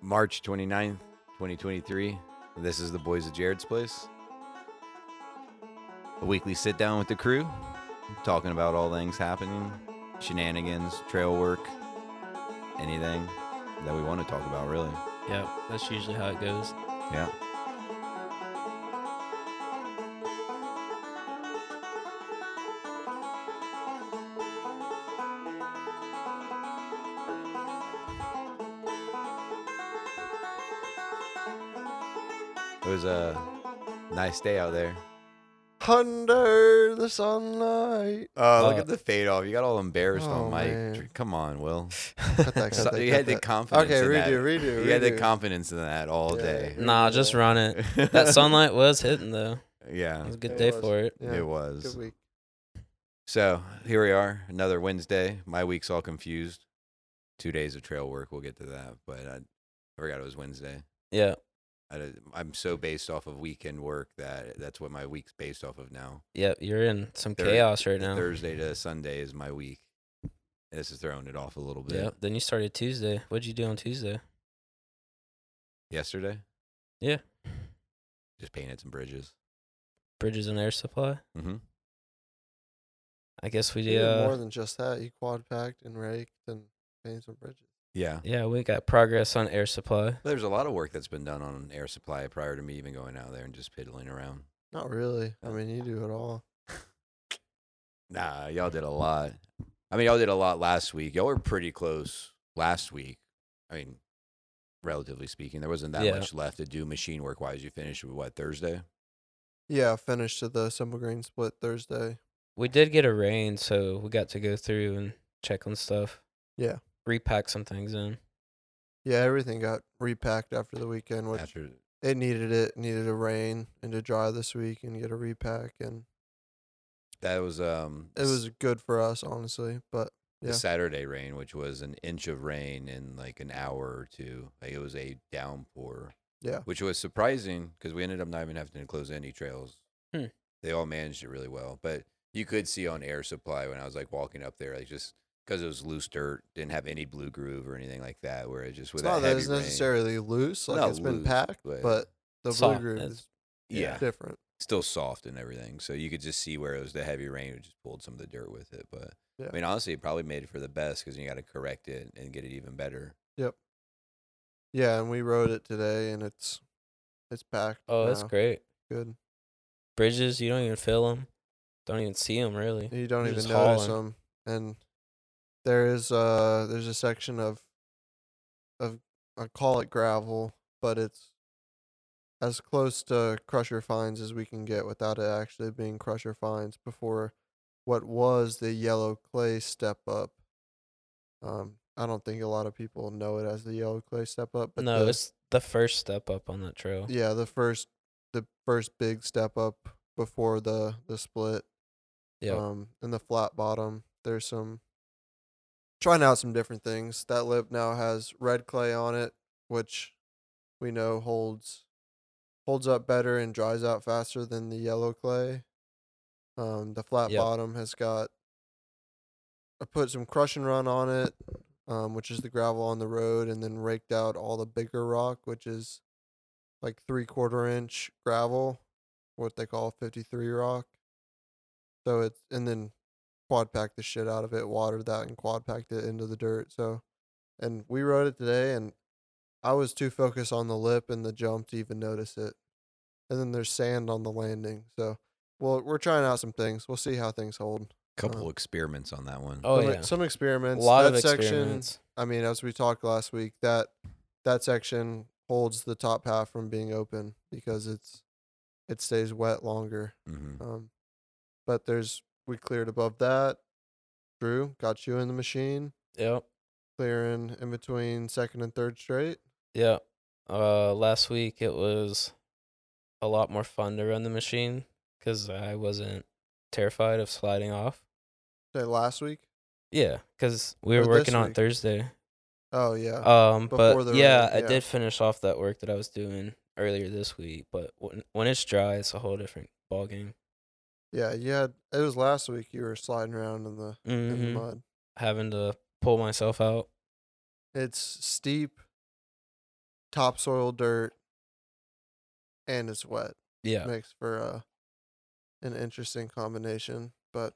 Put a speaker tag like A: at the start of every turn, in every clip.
A: March 29th, 2023. This is the Boys of Jared's Place. A weekly sit down with the crew, talking about all things happening, shenanigans, trail work, anything that we want to talk about, really.
B: Yep, that's usually how it goes.
A: Yeah. It was a nice day out there.
C: Under the sunlight.
A: Uh, look
B: Uh,
A: at the fade off. You got all embarrassed
C: Oh,
A: on Mike.
C: man.
A: Come on, Will.
C: Cut that, cut
A: So-
C: that,
A: you
C: cut
A: had the
C: that.
A: confidence.
C: Okay,
A: in that.
C: redo, redo,
A: You had the
C: redo.
A: confidence in that all
C: Yeah.
A: day.
B: Nah, just run it. That sunlight was hitting though. It
A: yeah,
B: was a good
C: It
B: day
C: was.
B: for it.
C: Yeah,
A: it
C: Good
A: was.
C: week.
A: So here we are, another Wednesday. My week's all confused. Two days of trail work. We'll get to that, but I, I forgot it was Wednesday.
B: Yeah.
A: I, did- I'm
B: Mm.
A: so based off of weekend work that that's what my week's based off of now.
B: Yep, you're in some
A: Thur-
B: chaos right now.
A: Thursday to Sunday is my week. This is throwing it off a little bit.
B: Yep. Then you started Tuesday. What'd you do on Tuesday?
A: Yesterday,
B: Yeah.
A: just painted some bridges.
B: Bridges and air supply.
A: Mm-hmm.
B: I guess we
C: You did more
B: uh,
C: than just that. You quad packed and raked and painted some bridges.
A: Yeah.
B: yeah we got progress on air supply.
A: There's a lot of work that's been done on air supply prior to me even going out there and just piddling around.
C: Not really. I mean, you do it all.
A: Nah, y'all did a lot. I mean, y'all did a lot last week. Y'all were pretty close last week. I mean, relatively speaking, there wasn't that
B: Yeah.
A: much left to do machine work wise. You finished with what Thursday?
C: Yeah, I finished at the Simple Green split Thursday.
B: We did get a rain, so we got to go through and check on stuff.
C: Yeah.
B: Repack some things in.
C: Yeah, everything got repacked after the weekend, which
A: After
C: it needed it needed to rain and to dry this week and get a repack and
A: that was um
C: it
A: s-
C: was good for us honestly but
A: the
C: yeah.
A: Saturday rain, which was an inch of rain in like an hour or two. Like it was a downpour.
C: Yeah.
A: Which was surprising because we ended up not even having to close any trails.
B: Hmm.
A: They all managed it really well. But you could see on air supply when I was like walking up there, like just because it was loose dirt, didn't have any blue groove or anything like that, where it just
C: it's
A: with
C: not
A: that
C: that
A: heavy
C: it's
A: rain-
C: necessarily loose like
A: Not
C: it's been
A: loose,
C: packed
A: but-
C: but, the blue
B: Soft,
C: groove
B: that's-
C: is
A: yeah,
C: different
A: still soft and everything. So you could just see where it was the heavy rain who just pulled some of the dirt with it. But
C: Yeah.
A: I mean, honestly, it probably made it for the best because you got to correct it and get it even better.
C: yeah and we rode it today and it's it's packed
B: Oh, that's
C: now.
B: great.
C: good
B: Bridges, you don't even feel them. Don't even see them really.
C: you don't
B: You're
C: even
B: just
C: notice
B: hauling.
C: them and there is uh there's a section of of i call it gravel but it's as close to crusher fines as we can get without it actually being crusher fines before what was the yellow clay step up um i don't think a lot of people know it as the yellow clay step up but
B: no,
C: the-
B: it's the first step up on that trail.
C: yeah, the first the first big step up before the the split.
B: Yep.
C: Um, and the flat bottom. There's some trying out some different things. That lip now has red clay on it, which we know holds holds up better and dries out faster than the yellow clay. Um, the flat
B: Yep.
C: bottom has got. I put some crush and run on it, um, which is the gravel on the road, and then raked out all the bigger rock, which is like three quarter inch gravel, what they call 53 rock. So it's, and then quad packed the shit out of it, watered that, and quad packed it into the dirt. So, and we rode it today, and I was too focused on the lip and the jump to even notice it. And then there's sand on the landing. So, well, we're trying out some things. We'll see how things hold.
A: Couple
C: Uh,
A: experiments on that one.
B: Oh
C: some,
B: yeah.
C: some
B: A
C: experiments.
B: lot
C: that
B: of
C: section,
B: experiments.
C: I mean, as we talked last week, that that section holds the top half from being open because it's it stays wet longer.
A: hmm
C: Um, but there's we cleared above that. Drew got you in the machine,
B: Yep.
C: clearing in between second and third straight.
B: Yeah. Uh, last week it was a lot more fun to run the machine because I wasn't terrified of sliding off.
C: Say last week.
B: Yeah, because we were
C: Or
B: working
C: this
B: on it
C: week.
B: Thursday.
C: Oh yeah,
B: Um,
C: before
B: but
C: the
B: yeah,
C: rain,
B: I
C: yeah.
B: did finish off that work that I was doing earlier this week. But when when it's dry, it's a whole different ballgame.
C: yeah. You had it was last week. You were sliding around in the in the
B: hmm
C: mud.
B: Having to pull myself out.
C: It's steep. topsoil dirt and it's wet
B: Yeah,
C: makes for uh, an interesting combination. But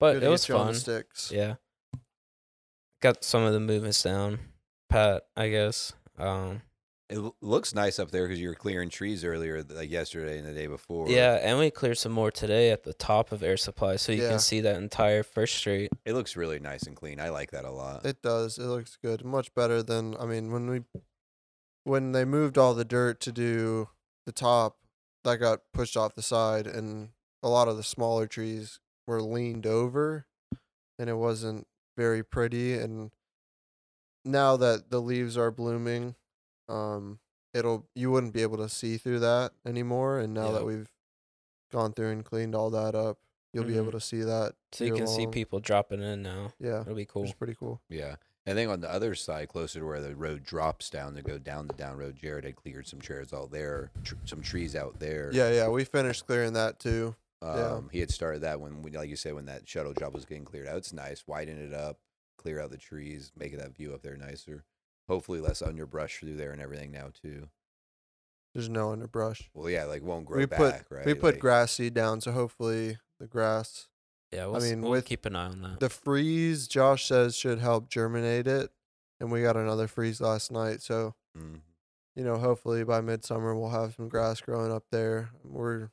B: but
C: good
B: it
C: to
B: was
C: get you on the
B: fun.
C: Sticks.
B: Yeah. Got some of the movements down. Pat, I guess. Um
A: It l- looks nice up there because you were clearing trees earlier, th- like yesterday and the day before.
B: Yeah, and we cleared some more today at the top of air supply so you
C: Yeah.
B: can see that entire first street.
A: It looks really nice and clean. I like that a lot.
C: It does. It looks good. Much better than I mean when we when they moved all the dirt to do the top, that got pushed off the side and a lot of the smaller trees were leaned over and it wasn't very pretty and now that the leaves are blooming, um it'll you wouldn't be able to see through that anymore and now
B: Yeah.
C: that we've gone through and cleaned all that up, you'll be able
B: Mhm.
C: to see that.
B: So you
C: year
B: can see
C: long.
B: people dropping in now.
C: Yeah.
B: It'll be
C: Which
B: cool.
C: is pretty cool.
A: Yeah. I think on the other side, closer to where the road drops down to go down the down road, Jared had cleared some chairs out there, tr- some trees out there.
C: Yeah, yeah, we finished clearing that too.
A: Um,
C: yeah.
A: He had started that when, we, like you said, when that shuttle job was getting cleared out. It's nice. Widen it up, clear out the trees, make that view up there nicer. Hopefully, less underbrush through there and everything now, too.
C: There's no underbrush.
A: Well, yeah, like won't grow
C: We put
A: back, right?
C: we put
A: Like,
C: grass seed down, so hopefully the grass,
B: Yeah, we'll, I
C: mean,
B: mean, we'll
C: with
B: keep an eye on that.
C: the freeze. Josh says should help germinate it, and we got another freeze last night. So
A: mm,
C: you know, hopefully by midsummer we'll have some grass growing up there. We're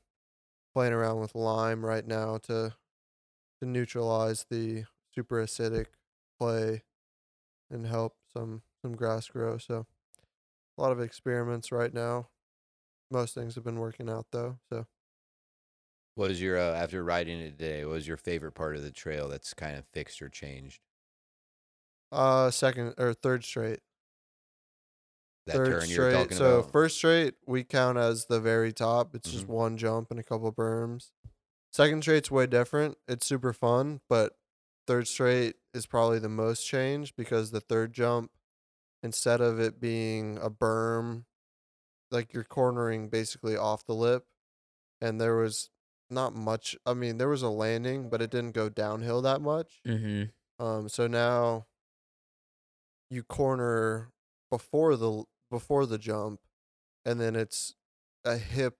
C: playing around with lime right now to to neutralize the super acidic clay and help some some grass grow. So a lot of experiments right now. Most things have been working out though. So
A: What is your uh, after riding it today? What was your favorite part of the trail that's kind of fixed or changed?
C: Uh, second or third straight.
A: That
C: third
A: turn you were
C: straight.
A: talking
C: So
A: about.
C: first straight we count as the very top. It's just
A: Mhm.
C: one jump and a couple berms. Second straight's way different. It's super fun, but third straight is probably the most change because the third jump, instead of it being a berm, like you're cornering basically off the lip, and there was not much. I mean, there was a landing, but it didn't go downhill that much.
B: Mm-hmm.
C: Um, so now you corner before the l- before the jump, and then it's a hip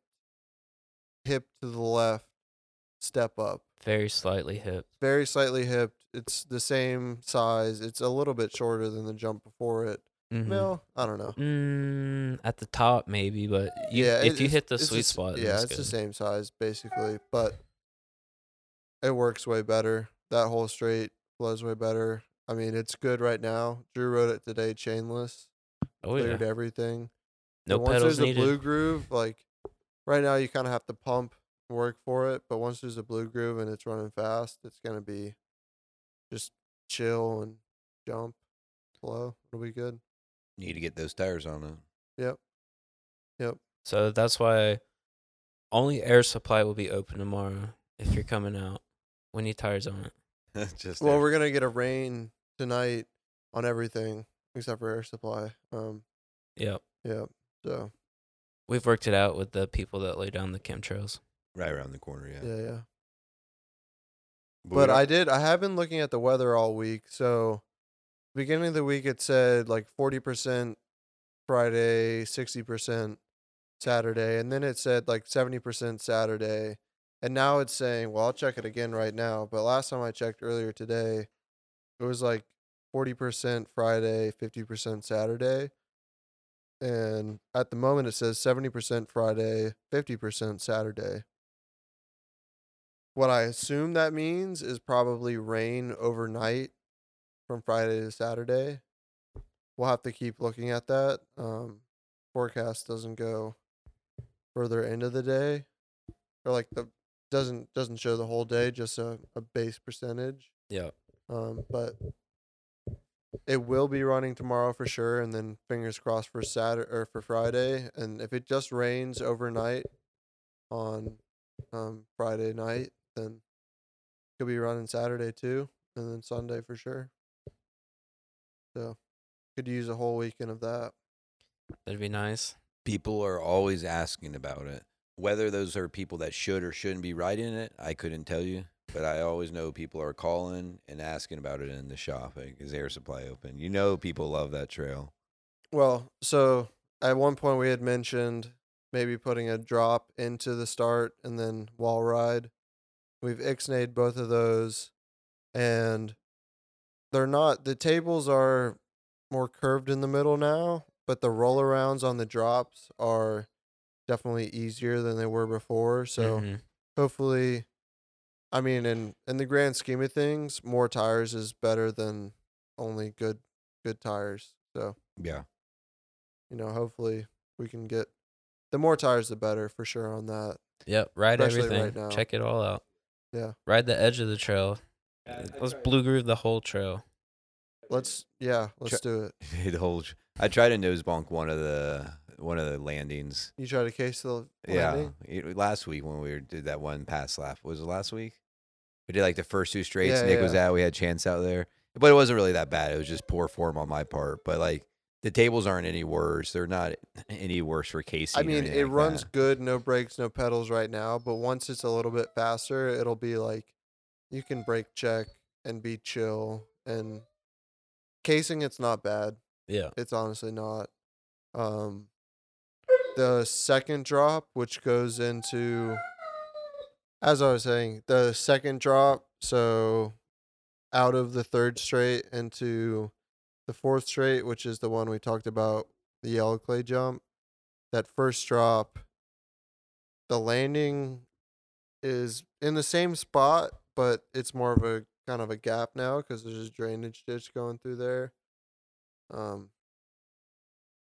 C: hip to the left step up,
B: Very slightly hip.
C: very slightly hipped. It's the same size. It's a little bit shorter than the jump before it.
B: Mm-hmm.
C: Well, I don't know.
B: Mm, at the top maybe, but you,
C: yeah,
B: if
C: it-
B: you
C: it's-
B: hit the
C: it's
B: sweet
C: s-
B: spot,
C: yeah, it's the same size basically, but it works way better. That whole straight flows way better. I mean, it's good right now. Drew rode it today, chainless,
B: Oh, yeah.
C: cleared everything.
B: No
C: But once
B: pedals
C: there's
B: needed.
C: a blue groove, like right now, you kind of have to pump work for it. But once there's a blue groove and it's running fast, it's gonna be just chill and jump, flow. It'll be good.
A: Need to get those tires on it.
B: So that's why only air supply will be open tomorrow if you're coming out. We need tires on it.
A: Just
C: Well,
A: there.
C: we're gonna get a rain tonight on everything except for air supply. Um,
B: Yep.
C: yeah. So
B: We've worked it out with the people that lay down the chemtrails.
A: right around the corner. Yeah,
C: yeah, yeah.
A: we
C: But
A: don't-
C: I did. I have been looking at the weather all week. So beginning of the week, it said like forty percent Friday, sixty percent Saturday, and then it said like seventy percent Saturday, and now it's saying, well, I'll check it again right now. But last time I checked earlier today, it was like forty percent Friday, fifty percent Saturday. And at the moment, it says 70% Friday, 50% Saturday. What I assume that means is probably rain overnight from Friday to Saturday. We'll have to keep looking at that. Um, forecast doesn't go further into the day, or like the doesn't doesn't show the whole day, just a, a base percentage.
B: Yep.
C: Um, but it will be running tomorrow for sure, and then fingers crossed for Saturday or for Friday. And if it just rains overnight on um, Friday night, then could be running Saturday too, and then Sunday for sure. So could use a whole weekend of that.
B: That'd be nice.
A: people are always asking about it. Whether those are people that should or shouldn't be riding it, I couldn't tell you. But I always know people are calling and asking about it in the shop. Like, is air supply open? You know, people love that trail.
C: Well, so at one point we had mentioned maybe putting a drop into the start and then wall ride. We've ixnayed both of those, and they're not. The tables are more curved in the middle now, but the roll arounds on the drops are definitely easier than they were before. So
B: Mhm.
C: hopefully i mean in in the grand scheme of things more tires is better than only good good tires so
A: Yeah.
C: you know hopefully we can get the more tires the better for sure on that
B: Yep, ride
C: Especially right
B: everything.
C: now.
B: Check it all out.
C: Yeah.
B: Ride the edge of the trail. Let's blue groove the whole trail.
C: let's yeah
A: Sure.
C: let's do it
A: the whole. tr- I tried to nose bonk one of the one of the landings.
C: you try to case the
A: Yeah,
C: landing?
A: it- last week when we were- did that one pass lap was it last week? We did like the first two straights.
C: Yeah,
A: Nick
C: yeah,
A: was out. We had chance out there, but it wasn't really that bad. It was just poor form on my part. But like the tables aren't any worse. They're not any worse for Casey.
C: i mean it runs good no brakes no pedals right now but once it's a little bit faster it'll be like you can brake check and be chill and casing it's not bad
B: Yeah.
C: It's honestly not. Um, the second drop, which goes into, as I was saying, the second drop, so out of the third straight into the fourth straight, which is the one we talked about, the yellow clay jump. That first drop, the landing is in the same spot, but it's more of a kind of a gap now because there's a drainage ditch going through there. Um,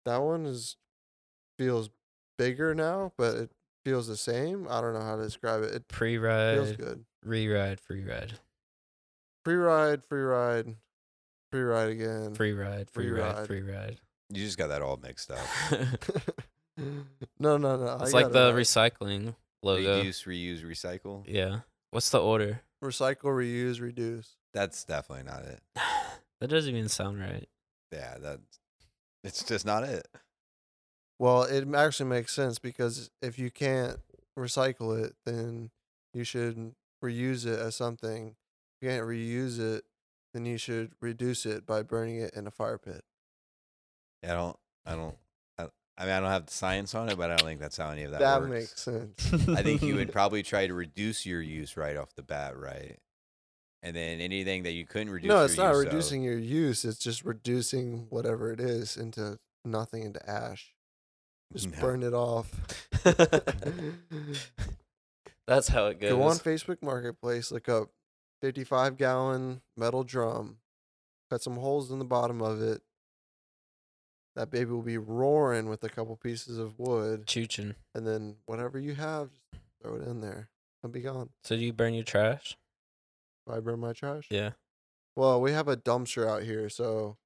C: that one is feels bigger now, but it feels the same. I don't know how to describe it. It
B: Pre
C: feels
B: ride,
C: good. Mm-hmm.
B: re ride, free ride,
C: Free ride, free ride, free ride again.
B: free ride, free ride,
C: Free-ride.
B: free ride.
A: You just got that all mixed up.
C: no, no, no. I
B: it's like
C: got
B: the
C: it right.
B: recycling logo.
A: Reduce, reuse, recycle.
B: Yeah. What's the order?
C: recycle, reuse, reduce.
A: That's definitely not it.
B: that doesn't even sound right.
A: Yeah, that it's just not it.
C: Well, it m- actually makes sense because if you can't recycle it, then you should reuse it as something. If you can't reuse it, then you should reduce it by burning it in a fire pit.
A: I don't. I don't. I, I mean, I don't have the science on it, but I don't think that's how any of that,
C: That
A: works.
C: makes sense.
A: I think you would probably try to reduce your use right off the bat, right? And then anything that you couldn't reduce.
C: no, it's
A: your
C: not
A: use of-
C: reducing your use. It's just reducing whatever it is into nothing, into ash. Just
A: No.
C: burn it off.
B: That's how it goes.
C: Go on Facebook Marketplace, look up 55 gallon metal drum, cut some holes in the bottom of it. That baby will be roaring with a couple pieces of wood,
B: Chuchin.
C: and then whatever you have, just throw it in there. It'll be gone.
B: So do you burn your trash?
C: If I burn my trash.
B: Yeah.
C: Well, we have a dumpster out here, so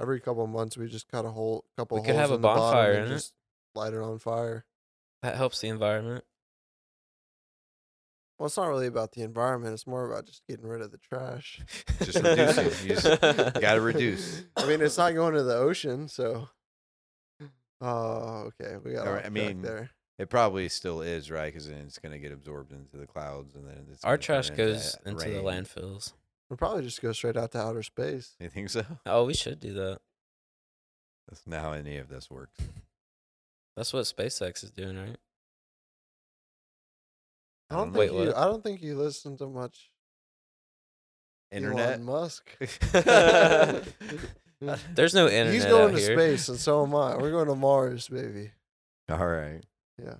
C: every couple of months we just cut a whole couple.
B: We
C: holes
B: could have
C: in
B: a
C: the bottom
B: bonfire
C: and
B: in it.
C: just Light it on fire.
B: That helps the environment.
C: Well, it's not really about the environment. It's more about just getting rid of the trash.
A: Just reduce it. You just gotta reduce.
C: I mean, it's not going to the ocean, so. Oh, okay. We got.
A: Or,
C: Right,
A: I
C: I
A: mean,
C: mean, there.
A: It probably still is, right? Because then it's gonna get absorbed into the clouds, and then it's
B: Our
A: gonna turn
B: trash
A: into
B: goes
A: a-
B: into the
A: rain.
B: landfills.
C: We'll probably just go straight out to outer space.
A: You think so?
B: Oh, we should do that.
A: That's not how any of this works.
B: That's what SpaceX is doing, right?
C: I don't
A: know.
C: think
B: Wait,
C: you.
B: what?
C: I don't think you listen to much.
A: Internet.
C: Elon Musk.
B: There's no internet.
C: He's going
B: out
C: to
B: here.
C: space, and so am I. We're going to Mars, baby.
A: All right.
C: Yeah.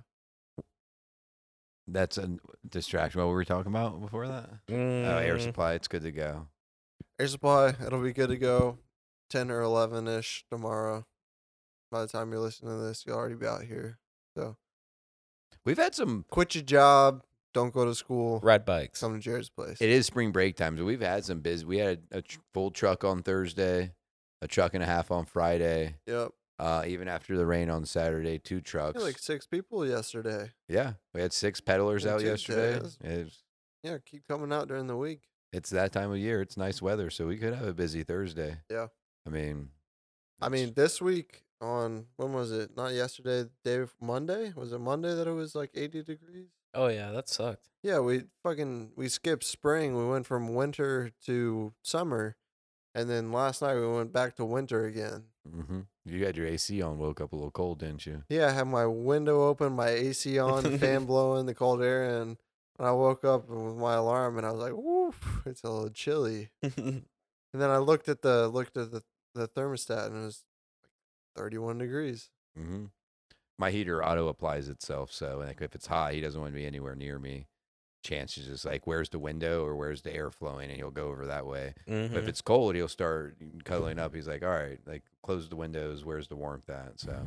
A: That's a distraction. What were we talking about before that? Oh, air
B: Mm,
A: supply. It's good to go.
C: Air supply, it'll be good to go 10 or 11 ish tomorrow. By the time you're listening to this, you'll already be out here.
A: We've had some
C: Quit your job. Don't go to school.
B: Ride bikes.
C: Come to Jared's place.
A: It is spring break time, so we've had some biz. We had a tr- full truck on Thursday, a truck and a half on Friday.
C: Yep.
A: Uh, even after the rain on Saturday, two
C: I
A: trucks.
C: think like six people yesterday.
A: yeah, we had six peddlers
C: Yeah,
A: out
C: two
A: yesterday.
C: days.
A: It's,
C: Yeah, keep coming out during the week.
A: it's that time of year. It's nice weather, so we could have a busy Thursday.
C: Yeah.
A: I mean,
C: I
A: it's-
C: mean, this week on when was it? Not yesterday, the day bef- Monday? Was it Monday that it was like 80 degrees?
B: Oh yeah, that sucked.
C: Yeah, we fucking we skipped spring. We went from winter to summer. And then last night we went back to winter again.
A: Mm-hmm. You had your AC on, woke up a little cold, didn't you?
C: Yeah, I had my window open, my AC on, the fan blowing, the cold air in. And I woke up with my alarm and I was like, woof, it's a little chilly. And then I looked at the looked at the, the thermostat and it was like 31 degrees.
A: Mm-hmm. My heater auto applies itself, so like if it's hot, he doesn't want to be anywhere near me. Chance is just like, where's the window or where's the air flowing, and he'll go over that way. But if
C: Mm-hmm.
B: Mhm.
A: it's cold, he'll start cuddling up. He's like, all right, like close the windows. Where's the warmth at? So
C: Mm-hmm.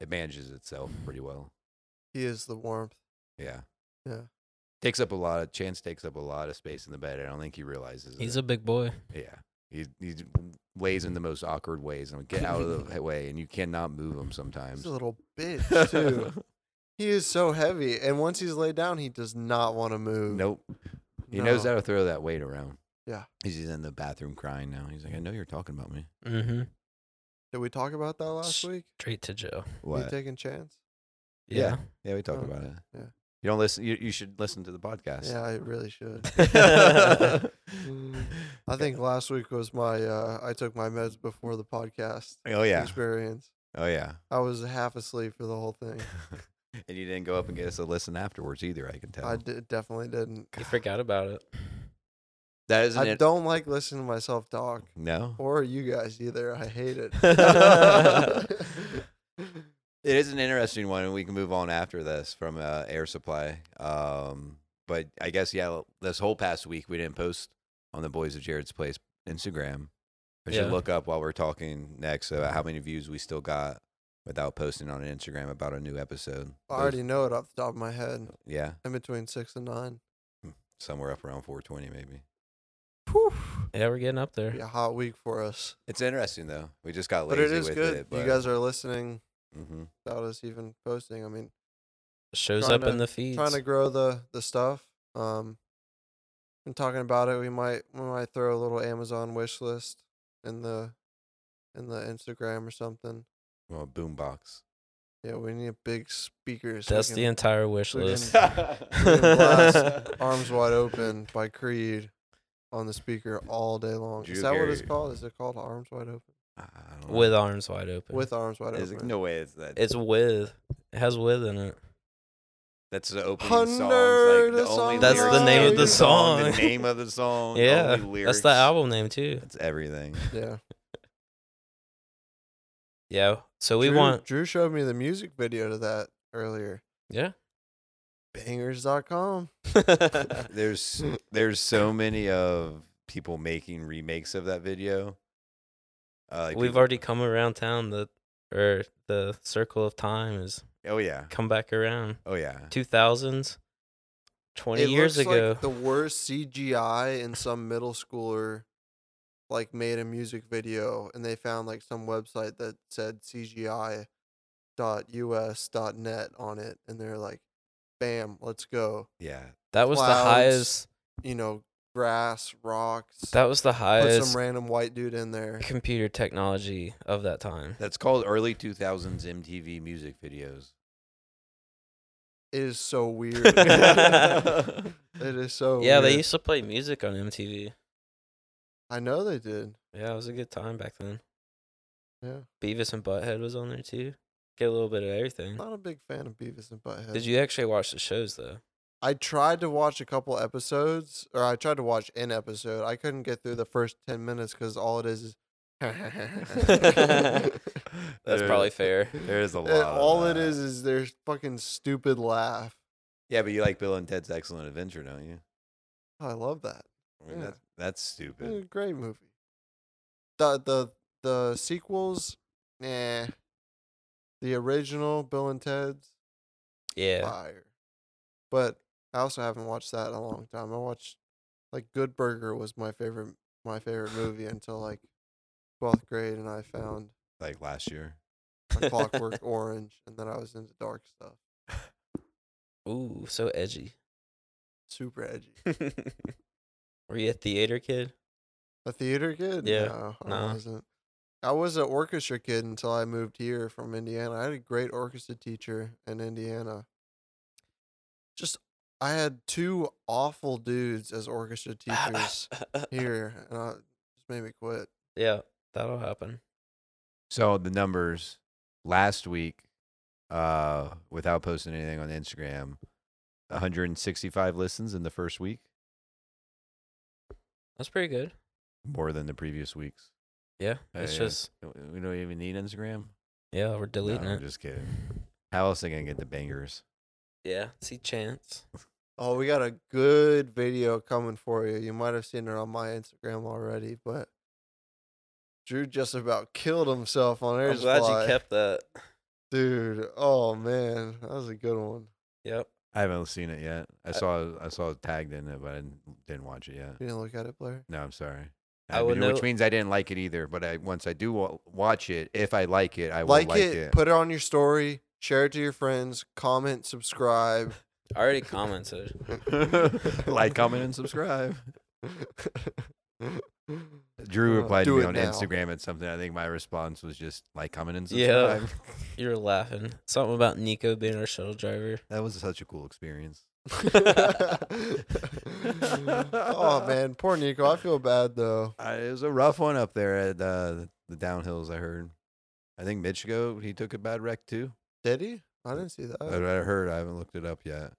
A: it manages itself pretty well.
C: He is the warmth.
A: Yeah.
C: Yeah.
A: Takes up a lot of chance. Takes up a lot of space in the bed. I don't think he realizes.
B: He's
A: it.
B: a big boy.
A: yeah. He he lays in the most awkward ways and get out of the way, and you cannot move him sometimes.
C: He's a little bitch too. he is so heavy. And once he's laid down, he does not want to move.
A: nope. He knows
C: No.
A: how to throw that weight around.
C: Yeah.
A: He's he's in the bathroom crying now. He's like, I know you're talking about me.
B: Mm-hmm.
C: Did we talk about that last week?
B: Straight to jail.
C: You taking chance?
A: Yeah. Yeah, we talked
C: Oh,
A: about it.
C: yeah.
A: You don't listen. You, you should listen to the podcast.
C: Yeah, I really should. I
A: Yeah.
C: think last week was my uh, I took my meds before the podcast
A: Oh yeah.
C: experience.
A: Oh yeah.
C: I was half asleep for the whole thing.
A: and you didn't go up and get us a listen afterwards either. I can tell.
C: I d- definitely didn't.
B: You forgot about it.
A: that isn't
C: I
A: it.
C: don't like listening to myself talk
A: No,
C: or you guys either. I hate it.
A: it is an interesting one, and we can move on after this from uh, Air Supply. Um, but I guess yeah, this whole past week we didn't post on the Boys of Jared's Place Instagram. I should
B: Yeah.
A: look up while we're talking next about how many views we still got without posting on Instagram about a new episode.
C: I
A: Those-
C: already know it off the top of my head.
A: yeah,
C: In between six and nine.
A: somewhere up around 420 maybe.
C: Whew.
B: Yeah, we're getting up there.
C: Be a hot week for us.
A: It's interesting though. We just got
C: But
A: lazy
C: it is
A: with
C: good.
A: it. But,
C: you guys are listening
A: hmm
C: without us even posting. I mean,
B: Shows
C: Trying
B: up in
C: to-
B: the feeds.
C: trying to grow the the stuff. Um, been talking about it. We might we might throw a little Amazon wish list in the in the Instagram or something.
A: well, boombox.
C: Yeah, we need big speakers. so we
B: That's the
C: can-
B: entire wish
C: we can-
B: list.
C: blast arms wide open by Creed on the speaker all day long.
A: Did
C: Is
A: you
C: that what it's
A: hear-
C: called? Is it called arms wide open?
A: I don't know.
B: with arms wide open.
C: With arms wide
A: Is it-
C: open.
A: no way it's that.
B: it's with. It has with in it.
A: That's the opening
C: Hundred
A: song. Like the
C: is
A: only
C: on
B: That's the
A: lyrics
B: name of the
A: The
B: song.
A: name of the song.
B: yeah,
A: Only lyrics.
B: that's the album name too.
A: That's everything.
C: Yeah.
B: Yeah. So we
C: Drew,
B: want.
C: Drew showed me the music video to that earlier.
B: Yeah.
C: Bangers.com.
A: There's there's so many of people making remakes of that video. Uh, like
B: We've
A: people-
B: already come around town. The or the circle of time has
A: Oh yeah.
B: come back around.
A: Oh yeah.
B: Two thousands. Twenty
C: It
B: years
C: looks
B: ago.
C: Like the worst CGI in some middle schooler like made a music video and they found like some website that said CGI.us.net on it and they're like, bam, let's go.
A: Yeah.
B: that was
C: clouds.
B: the highest.
C: You know, grass, rocks.
B: That was the
C: put some
B: highest
C: random white dude in there.
B: computer technology of that time.
A: That's called early 2000s MTV music videos.
C: It is so weird.
B: yeah,
C: it is so
B: they
C: weird.
B: used to play music on MTV.
C: I know they did.
B: Yeah, it was a good time back then.
C: Yeah.
B: Beavis and Butthead was on there too. Get a little bit of everything.
C: Not a big fan of Beavis and Butthead.
B: Did you actually watch the shows though?
C: I tried to watch a couple episodes, or I tried to watch an episode. I couldn't get through the first ten minutes because all it is is.
B: That's
A: There-
B: probably fair.
A: There's a lot.
C: And
A: of
C: Eh, all it
A: that.
C: is is their fucking stupid laugh.
A: Yeah, but you like Bill and Ted's Excellent Adventure, don't you?
C: Oh, I love that.
A: I mean,
C: Yeah.
A: that's, that's
C: It's a
A: stupid.
C: great movie. The the the sequels, nah. The original Bill and Ted's
B: Yeah.
C: fire, but I also haven't watched that in a long time. I watched like Good Burger was my favorite my favorite movie until like twelfth grade, and I found
A: Like last year.
C: a Clockwork Orange, and then I was into dark stuff.
B: Ooh, so edgy.
C: Super edgy.
B: Were you a theater kid?
C: A theater kid?
B: Yeah,
C: No, I
B: nah.
C: wasn't. I was an orchestra kid until I moved here from Indiana. I had a great orchestra teacher in Indiana. Just, I had two awful dudes as orchestra teachers here, and I it just made me quit.
B: Yeah, that'll happen.
A: So the numbers last week, uh, without posting anything on Instagram, 165 listens in the first week,
B: That's pretty good.
A: more than the previous weeks.
B: Yeah,
A: Uh,
B: it's
A: yeah.
B: just
A: We don't even need Instagram.
B: yeah, we're
A: No,
B: deleting
A: I'm
B: it.
A: just kidding. How else are they gonna get the bangers?
B: Yeah, see chance.
C: Oh, we got a good video coming for you. You might have seen it on my Instagram already, but Drew just about killed himself on
B: I'm
C: Air's
B: glad
C: fly.
B: you kept that.
C: Dude, oh man, that was a good one.
B: Yep.
A: I haven't seen it yet. I saw I saw it tagged in it, but I didn't, didn't watch it yet.
C: You didn't look at it, Blair.
A: No, I'm sorry.
B: I
A: I
B: would
A: would which
B: know-
A: means I didn't like it either. But I, once I do wa- watch it, if I like it, I will
C: like,
A: like
C: it, put it on your story, share it to your friends, comment, subscribe.
B: I already commented.
A: like, comment, and subscribe. Drew
C: Uh,
A: replied
C: do
A: to me
C: it
A: on
C: now.
A: Instagram at something. I think my response was just like, comment, and
B: Yeah.
A: subscribe.
B: you were laughing. Something about Nico being our shuttle driver.
A: That was such a cool experience.
C: oh man, poor Nico. I feel bad though.
A: Uh, it was a rough one up there at uh, the- the downhills. I heard. I think Mitchko he took a bad wreck too.
C: Did he? I didn't see
A: I, I
C: that.
A: heard. I haven't looked it up yet.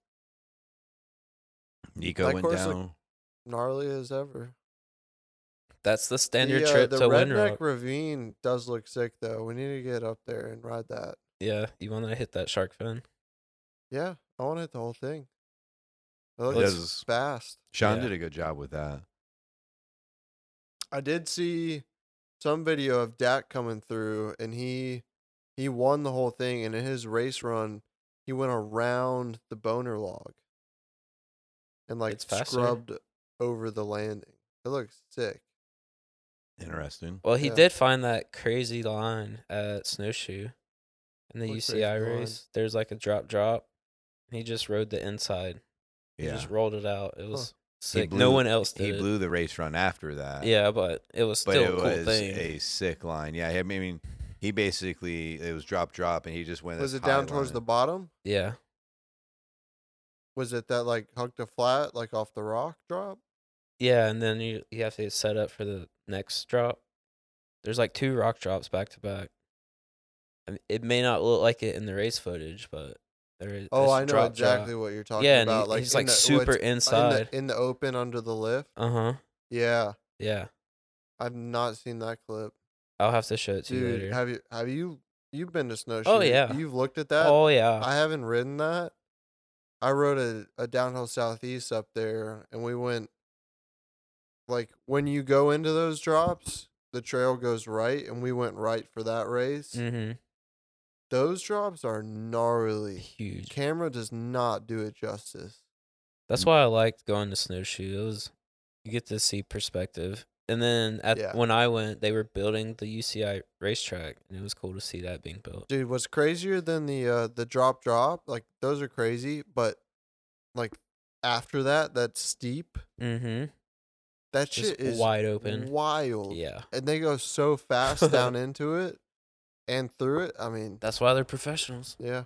A: Nico
C: That
A: went
C: course looked
A: down.
C: Gnarly as ever.
B: That's the standard
C: the, uh,
B: trip
C: the
B: to Windrock.
C: Redneck Ravine does look sick though. We need to get up there and ride that.
B: Yeah, you want to hit that shark fin?
C: Yeah, I want to hit the whole thing. It
A: It
C: looks
A: does-
C: fast.
A: Sean
B: Yeah.
A: did a good job with that.
C: I did see some video of Dak coming through, and he he won the whole thing. And in his race run, he went around the boner log and like
B: It's faster.
C: scrubbed over the landing. It looks sick.
A: Interesting.
B: Well, he
C: Yeah.
B: did find that crazy line at Snowshoe in the
C: What crazy
B: UCI
C: line?
B: race. There's like a drop drop. and He just rode the inside. He
A: Yeah.
B: just rolled it out. It was sick.
A: blew-
B: no one else did
A: He
B: it.
A: blew the race run after that.
B: Yeah, but it was
A: But
B: still
A: it
B: a cool
A: was
B: thing.
A: a sick line. Yeah. I mean, he basically, it was drop, drop, and he just went.
C: Was
A: this
C: it down
A: high
C: towards the
A: line.
C: bottom?
B: Yeah.
C: Was it that like hugged a flat, like off the rock drop?
B: Yeah, and then you, you have to set up for the next drop. There's like two rock drops back to back. I mean, it may not look like it in the race footage, but there is
C: Oh,
B: it's
C: I know
B: drop,
C: exactly
B: drop.
C: what you're talking
B: yeah, and he-
C: about. like
B: he's
C: in
B: like
C: the- well,
B: super
C: it's in
B: inside.
C: the, in the open under the lift.
B: Uh huh.
C: Yeah,
B: Yeah.
C: I've not seen that clip.
B: I'll have to show it to you
C: Dude,
B: later. Oh,
C: have you have you you've been to snowshoe?
B: yeah.
C: you've looked at that.
B: oh yeah.
C: I haven't ridden that. I rode a, a downhill southeast up there, and we went like when you go into those drops, the trail goes right, and we went right for that race.
B: mm-hmm.
C: Those drops are gnarly.
B: Huge.
C: Camera does not do it justice.
B: That's why I liked going to snowshoe. It was you get to see perspective. And then at
C: Yeah.
B: when I went, they were building the UCI racetrack, and it was cool to see that being built.
C: Dude, what's crazier than the uh the drop drop? Like those are crazy, but like after that, that steep,
B: Mm-hmm.
C: that
B: Just
C: shit is
B: wide open.
C: wild.
B: Yeah.
C: and they go so fast down into it and through it. I mean,
B: That's why they're professionals.
C: yeah.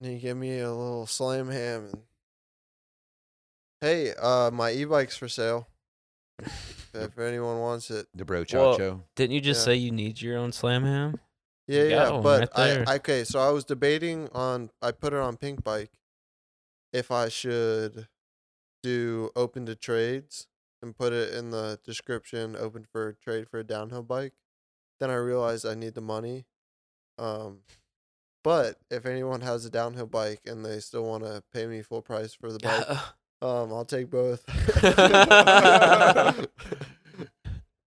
C: And you give me a little slam ham and hey, uh, my e-bike's for sale if anyone wants it.
A: The bro
B: Well-
A: chacho.
B: Didn't you just
C: Yeah.
B: say you need your own slam ham?
C: Yeah,
B: You got
C: yeah,
B: one
C: but
B: right there.
C: I, I okay. So I was debating on I put it on Pink Bike if I should do open to trades and put it in the description open for trade for a downhill bike. Then I realized I need the money. Um, but if anyone has a downhill bike and they still want to pay me full price for the bike,
B: uh
C: um, I'll take both.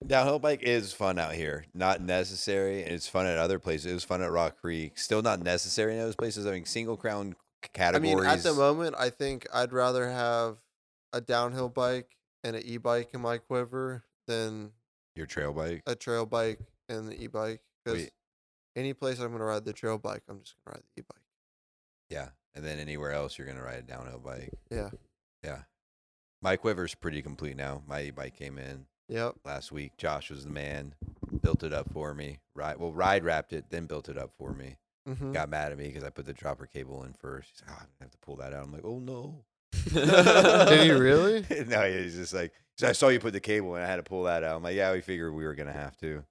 A: Downhill bike is fun out here. Not necessary. and It's fun at other places. It was fun at Rock Creek. Still not necessary in those places. I mean, single crown c-
C: I
A: categories.
C: mean, at the moment, I think I'd rather have a downhill bike and an e-bike in my quiver than
A: your trail bike.
C: a trail bike and the e-bike. Because
A: Wait.
C: any place I'm gonna ride the trail bike, I'm just gonna ride the e-bike.
A: Yeah. And then anywhere else, you're going to ride a downhill bike.
C: Yeah.
A: Yeah. My quiver's pretty complete now. My e bike came in
C: Yep.
A: last week. Josh was the man, built it up for me. Ride, well, Ride wrapped it, then built it up for me.
C: Mm-hmm.
A: Got mad at me because I put the dropper cable in first. He's like, "Ah, I have to pull that out. I'm like, oh no.
C: Did he really?
A: no, he's just like, so I saw you put the cable and I had to pull that out. I'm like, yeah, we figured we were going to have to.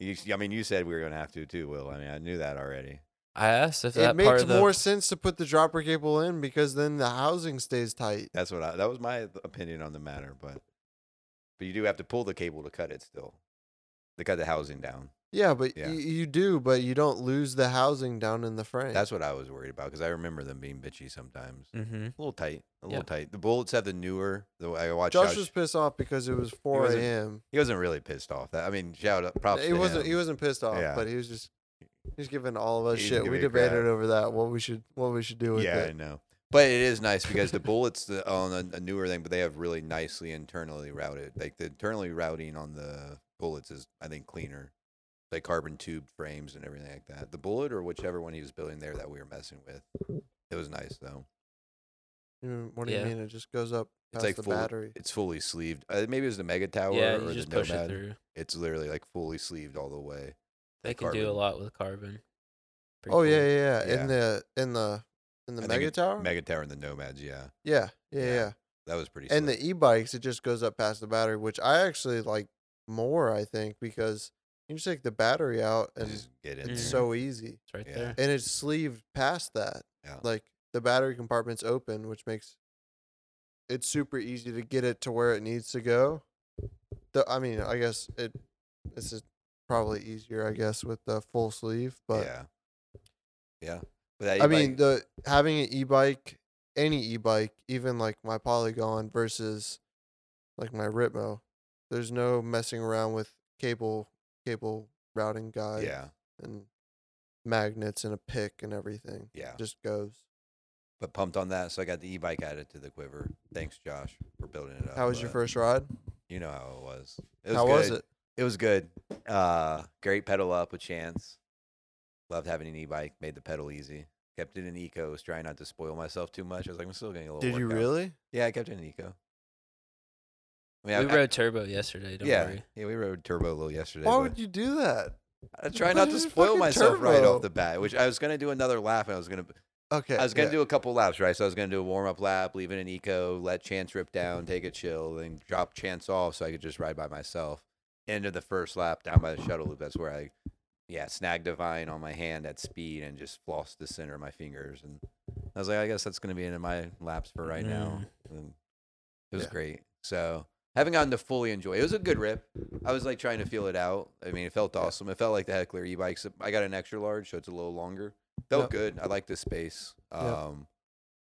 A: You, I mean, you said we were going to have to too, Will. I mean, I knew that already.
B: I asked if
C: It
B: that part
C: makes
B: of the
C: more sense to put the dropper cable in because then the housing stays tight.
A: That's what I, that was my opinion on the matter, but but you do have to pull the cable to cut it still. To cut the housing down.
C: Yeah, but
A: Yeah.
C: Y- you do, but you don't lose the housing down in the frame.
A: That's what I was worried about because I remember them being bitchy sometimes.
B: hmm
A: A little tight, a
B: Yeah.
A: little tight. The Bullets have the newer. The way I watched.
C: Josh
A: how
C: was
A: sh-
C: pissed off because it was 4
A: wasn't-
C: a.m.
A: he wasn't really pissed off. That I mean, shout out props.
C: He
A: to
C: wasn't.
A: him.
C: He wasn't pissed off,
A: Yeah.
C: but he was just. He's giving all of us
A: He's
C: shit. We
A: giving a crap.
C: debated over that what we should what we should do with
A: Yeah, I
C: it.
A: know. But it is nice because the bullets the, on a, a newer thing, but they have really nicely internally routed. Like the internally routing on the bullets is, I think, cleaner. Like carbon tube frames and everything like that. The bullet or whichever one he was building there that we were messing with, it was nice though.
C: You mean- What do you
B: Yeah.
C: mean? It just goes up
A: It's
C: past
A: like
C: the
A: full.
C: battery.
A: It's fully sleeved. Uh, maybe it was the Mega Tower
B: Yeah,
A: or
B: you just
A: the
B: push
A: Nomad.
B: it through.
A: It's literally like fully sleeved all the way.
B: They
A: Like
B: can do a
A: carbon.
B: lot with carbon. Pretty
C: Oh
B: cool.
C: yeah, yeah, yeah.
A: Yeah.
C: In the in the in the
A: I think
C: mega
A: it's
C: tower.
A: Mega Tower and the Nomads, yeah,
C: yeah, yeah,
A: Yeah.
C: yeah.
A: that was pretty.
C: and
A: slick.
C: the e-bikes it just goes up past the battery which i actually like more i think because you just take the battery out
A: You
C: and
A: just get in
C: it's
A: there.
B: Mhm.
C: so easy
B: It's right
A: Yeah.
B: there.
C: and it's sleeved past that
A: Yeah.
C: like the battery compartment's open which makes it super easy to get it to where it needs to go the, i mean i guess it this is probably easier i guess with the full sleeve but
A: yeah, yeah. But that
C: I mean,
A: e-bike-
C: the having an e-bike, any e-bike, even like my Polygon versus like my Ritmo, there's no messing around with cable, cable routing guide,
A: yeah,
C: and magnets and a pick and everything.
A: yeah.
C: Just goes.
A: but pumped on that. So I got the e-bike added to the quiver. Thanks, Josh, for building it up.
C: How was your
A: but
C: first ride?
A: You know how it was. It was
C: How was
A: good.
C: it?
A: It was good. Uh, great pedal up with Chance. Loved having an e-bike. Made the pedal easy. Kept it in eco. Was trying not to spoil myself too much. I was like, I'm still getting a little. workout.
C: really?
A: Yeah, I kept it in eco. I mean,
B: We
A: I, I,
B: rode turbo yesterday. Don't
A: yeah,
B: worry.
A: yeah, we rode turbo a little yesterday.
C: Why
A: but
C: would you do that?
A: I try
C: why
A: not
C: did
A: to
C: you
A: spoil
C: fucking
A: myself right
C: turbo?
A: off the bat. Which I was gonna do another lap, and I was gonna
C: Okay,
A: I was gonna
C: yeah.
A: do a couple laps, right? So I was gonna do a warm up lap, leave it in eco, let Chance rip down, take a chill, then drop Chance off so I could just ride by myself. End of the first lap, down by the shuttle loop. That's where I, yeah, snagged a vine on my hand at speed and just lost the center of my fingers. And I was like, I guess that's gonna be into my laps for right now. And it was
C: Mm. Yeah.
A: great. So haven't gotten to fully enjoy. It was a good rip. I was like trying to feel it out. I mean, it felt awesome. It felt like the Heckler e-bikes. I got an extra large, so it's a little longer. Felt
C: Yep.
A: good. I like the space. Um,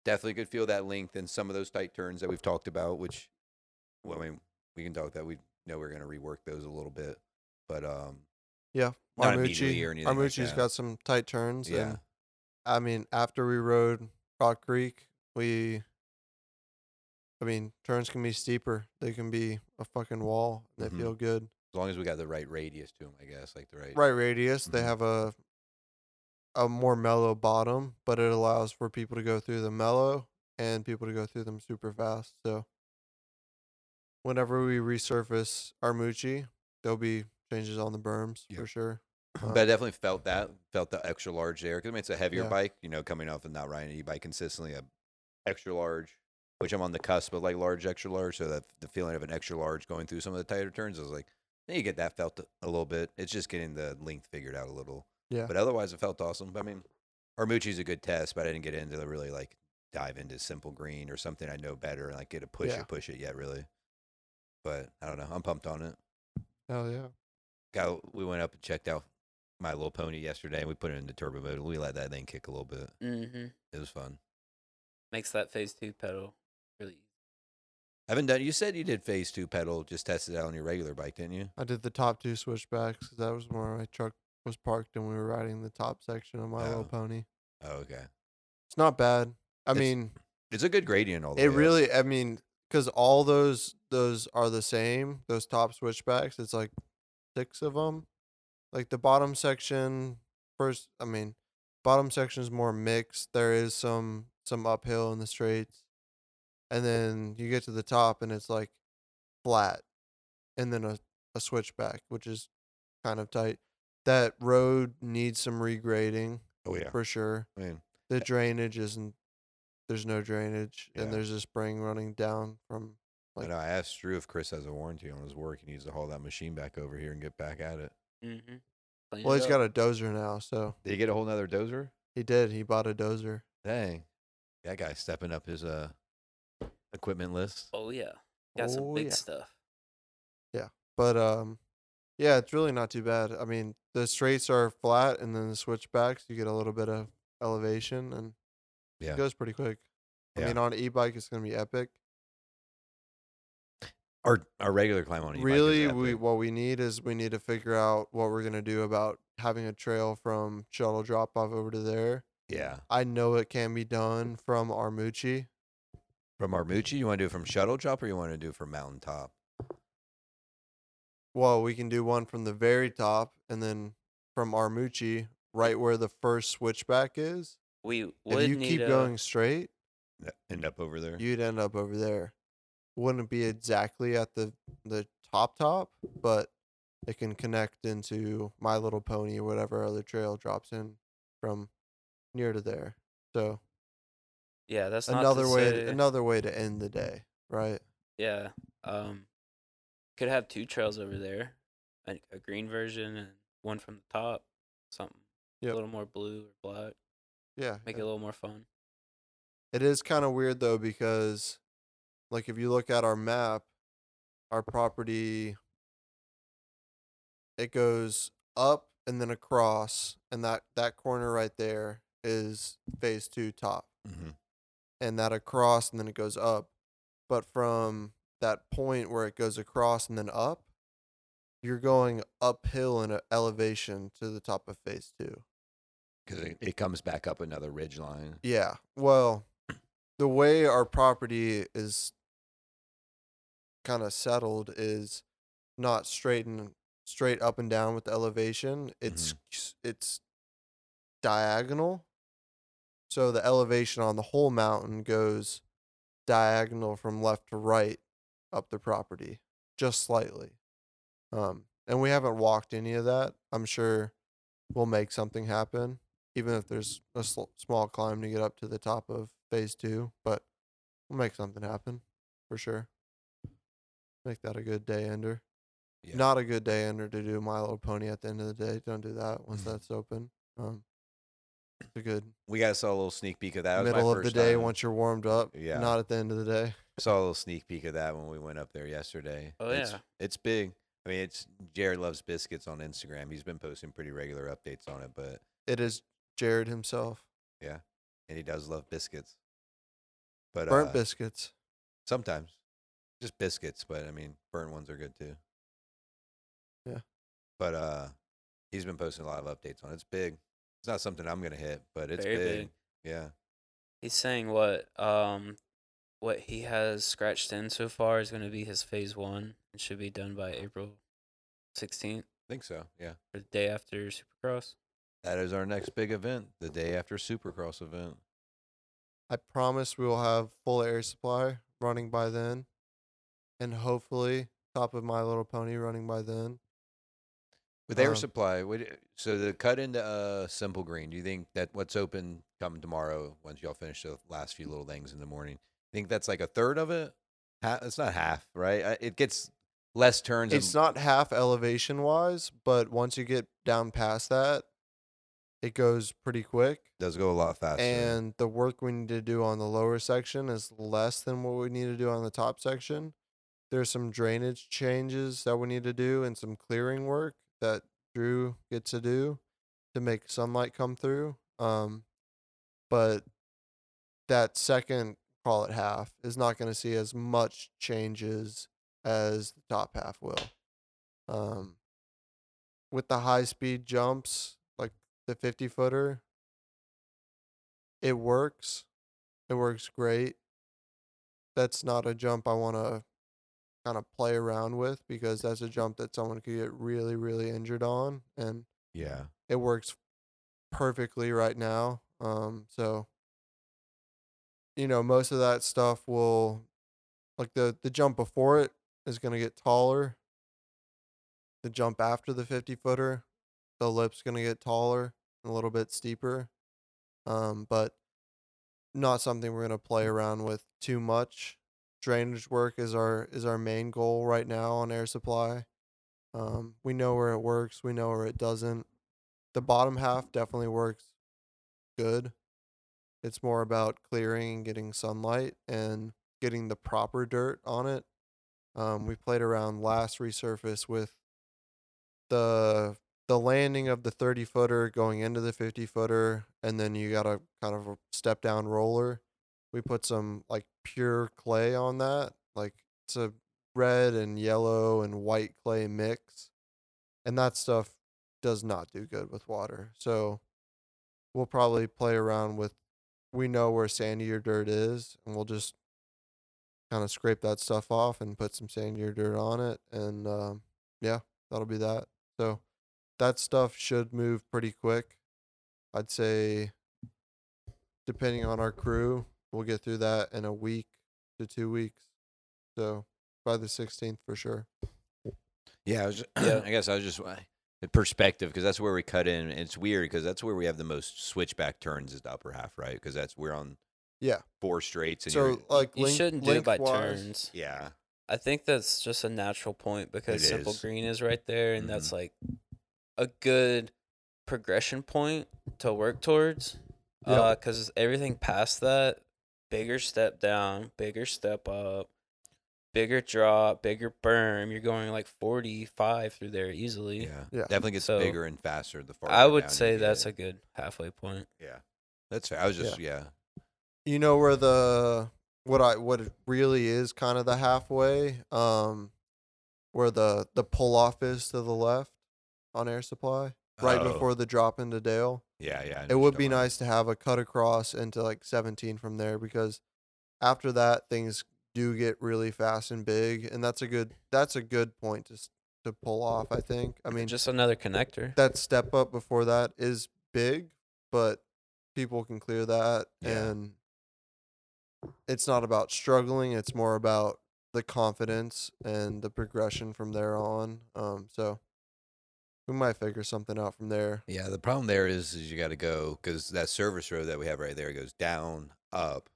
A: Definitely could feel that length in some of those tight turns that we've talked about. Which, well, I mean, we can talk that. We know we're going to rework those a little bit, but um, not immediately
C: Armucci.
A: or anything like
C: Armucci's
A: that.
C: got some tight turns.
A: yeah,
C: and I mean, after we rode Rock Creek, we, I mean, turns can be steeper. They can be a fucking wall. They
A: Mhm.
C: feel good.
A: as long as we got the right radius to them, I guess, like the right.
C: Right radius. They
A: Mhm.
C: have a, a more mellow bottom, but it allows for people to go through the mellow and people to go through them super fast. So, whenever we resurface Armucci, there'll be changes on the berms
A: Yeah.
C: for sure.
A: But I definitely felt that, felt the extra large there because I mean it's a heavier
C: Uh-huh. Yeah.
A: bike, you know, coming off of not riding an e-bike consistently, a extra large, which I'm on the cusp of like large, extra large. So that the feeling of an extra large going through some of the tighter turns, I was like, yeah, you get that felt a little bit. It's just getting the length figured out a little.
C: Yeah.
A: But otherwise, it felt awesome. I mean, Armucci's a good test, but I didn't get into the really like dive into simple green or something I know better and like get a push
C: Yeah.
A: it, push it yet really. But I don't know. I'm pumped on it
C: Hell yeah.
A: got we went up and checked out My Little Pony yesterday. and We put it into turbo mode. and We let that thing kick a little bit.
B: Mm-hmm.
A: It was fun.
B: Makes that phase two pedal really.
A: I haven't done. You said you did phase two pedal. Just tested it out on your regular bike, didn't you?
C: I did the top two switchbacks 'cause that was where my truck was parked and we were riding the top section of My
A: Oh.
C: Little Pony.
A: Oh, okay.
C: It's not bad. I
A: It's
C: mean,
A: It's a good gradient. All the
C: it
A: way up.
C: really. I mean, because all those those are the same. Those top switchbacks. It's like six of them. Like the bottom section first. I mean, bottom section is more mixed. There is some some uphill in the straights, and then you get to the top and it's like flat, and then a a switchback, which is kind of tight. That road needs some regrading
A: Oh yeah.
C: for sure
A: I mean,
C: the drainage isn't There's no drainage,
A: Yeah.
C: and there's a spring running down from.
A: I
C: Like-
A: know I asked Drew if Chris has a warranty on his work. He needs to haul that machine back over here and get back at it.
B: Mm-hmm.
C: Well, he's got a dozer now, so
A: Did he get a whole nother dozer?
C: he did. He bought a dozer.
A: Dang, that guy's stepping up his uh equipment list.
B: Oh yeah, got some
C: Oh,
B: big
C: yeah.
B: stuff.
C: But um, yeah, it's really not too bad. I mean, the straights are flat, and then the switchbacks, you get a little bit of elevation, and
A: Yeah.
C: it goes pretty quick. I
A: Yeah.
C: mean, on an e-bike, it's gonna be epic.
A: Our our regular climb on e-bike is
C: really, we
A: epic.
C: what we need is we need to figure out what we're gonna do about having a trail from shuttle drop off over to there.
A: yeah
C: I know it can be done from Armucci.
A: from Armucci. You want to do it from shuttle drop or you want to do it from mountaintop?
C: Well, we can do one from the very top, and then from Armucci, right where the first switchback is.
B: We would
C: If you
B: need
C: keep
B: a,
C: going straight,
A: N- End up over there.
C: you'd end up over there. Wouldn't be exactly at the the top top, but it can connect into My Little Pony or whatever other trail drops in from near to there. So
B: Yeah, that's not to
C: another way
B: say-
C: to, another way to end the day, right?
B: Yeah. Um, could have two trails over
C: Mm-hmm.
B: there, a, a green version and one from the top, something
C: Yep.
B: a little more blue or black,
C: Yeah.
B: make
C: yeah.
B: it a little more fun.
C: It is kind of weird though because, like, if you look at our map, our property, it goes up and then across, and that that corner right there is phase two top,
A: hmm
C: and that across and then it goes up, but from that point where it goes across and then up, you're going uphill in a elevation to the top of phase two.
A: because it, it comes back up another ridge line.
C: Yeah. Well, the way our property is kind of settled is not straight and straight up and down with the elevation. It's s- it's diagonal. So the elevation on the whole mountain goes diagonal from left to right up the property, just slightly. Um, and we haven't walked any of that. I'm sure we'll make something happen even if there's a sl- small climb to get up to the top of phase two, but we'll make something happen for sure. Make that a good day ender.
A: Yeah.
C: Not a good day ender to do My Little Pony at the end of the day. Don't do that once
A: Mm-hmm.
C: that's open. Um, it's a good
A: We guys saw a little sneak peek of that. That was my
C: middle of the
A: first
C: day
A: time.
C: once you're warmed up.
A: Yeah.
C: Not at the end of the day.
A: saw a little sneak peek of that when we went up there yesterday.
B: Oh,
A: it's,
B: yeah.
A: it's big. I mean, it's Jared loves biscuits on Instagram. He's been posting pretty regular updates on it, but
C: It is Jared himself.
A: and he does love biscuits. But
C: Burnt
A: uh,
C: biscuits.
A: sometimes just biscuits, but I mean, burnt ones are good too.
C: Yeah.
A: But uh, he's been posting a lot of updates on it. It's big. It's not something I'm gonna hit, but it's
B: Very
A: big.
B: big.
A: Yeah.
B: He's saying what um what he has scratched in so far is going to be his phase one and should be done by April 16th
A: I think so. Yeah.
B: or the day after Supercross.
A: That is our next big event, the day after Supercross event.
C: I promise we will have full air supply running by then, and hopefully top of My Little Pony running by then.
A: With air
C: Um,
A: supply, what, do- so the cut into uh, Simple Green, do you think that what's open come tomorrow once y'all finish the last few little things in the morning? Think that's like a third of it? Ha it's not half, right? I- It gets less turns.
C: It's not half elevation wise, but once you get down past that, it goes pretty quick.
A: does go a lot faster.
C: And the work we need to do on the lower section is less than what we need to do on the top section. There's some drainage changes that we need to do and some clearing work that Drew gets to do to make sunlight come through. Um, but that second, call it half, is not going to see as much changes as the top half will. Um, with the high speed jumps, like the 50 footer, it works. It works great. That's not a jump I want to kind of play around with because that's a jump that someone could get really, really injured on. And
A: yeah.
C: it works perfectly right now. Um, so you know, most of that stuff will like the the jump before it is going to get taller. The jump after the 50 footer, the lip's going to get taller and a little bit steeper. Um, but not something we're gonna play around with too much. Drainage work is our is our main goal right now on air supply. Um, we know where it works. We know where it doesn't. The bottom half definitely works good. It's more about clearing and getting sunlight and getting the proper dirt on it. Um, we played around last resurface with the the landing of the 30 footer going into the 50 footer and then you got a kind of a step down roller we put some like pure clay on that like it's a red and yellow and white clay mix and that stuff does not do good with water so we'll probably play around with we know where sandier dirt is and we'll just kind of scrape that stuff off and put some sandier dirt on it and um, yeah that'll be that so that stuff should move pretty quick. I'd say, depending on our crew, we'll get through that in a week to two weeks. So by the 16th for sure.
A: Yeah, I was.
B: Yeah.
A: I guess I was just uh, the perspective because that's where we cut in. It's weird because that's where we have the most switchback turns is the upper half, right? Because that's we're on
C: Yeah.
A: four straights. And
C: So
A: you're-
C: like
B: you
C: length-
B: shouldn't do it by
C: lengthwise,
B: turns.
A: yeah,
B: I think that's just a natural point because
A: It
B: simple
A: is. Mm-hmm.
B: green is right there, and that's like a good progression point to work towards.
C: Yep.
B: Because everything past that, bigger step down, bigger step up, bigger drop, bigger berm. You're going like 45 through there easily.
A: yeah,
C: Yeah.
A: definitely gets
B: So,
A: bigger and faster the farther.
B: I would
A: down you
B: say
A: get.
B: that's a good halfway point.
A: yeah. That's fair. I was just yeah.
C: You know where the what I what it really is kind of the halfway, um, where the the pull off is to the left on air supply, right
A: Oh,
C: before the drop into Dale.
A: Yeah, yeah. I know what
C: it
A: you're
C: would be
A: talking about.
C: nice to have a cut across into like 17 from there because after that things do get really fast and big and that's a good that's a good point to s- to pull off i think i mean
B: Just another connector.
C: that step up before that is big but people can clear that
A: Yeah.
C: and it's not about struggling it's more about the confidence and the progression from there on um so we might figure something out from there
A: Yeah, the problem there is is you got to go because that service road that we have right there goes down up.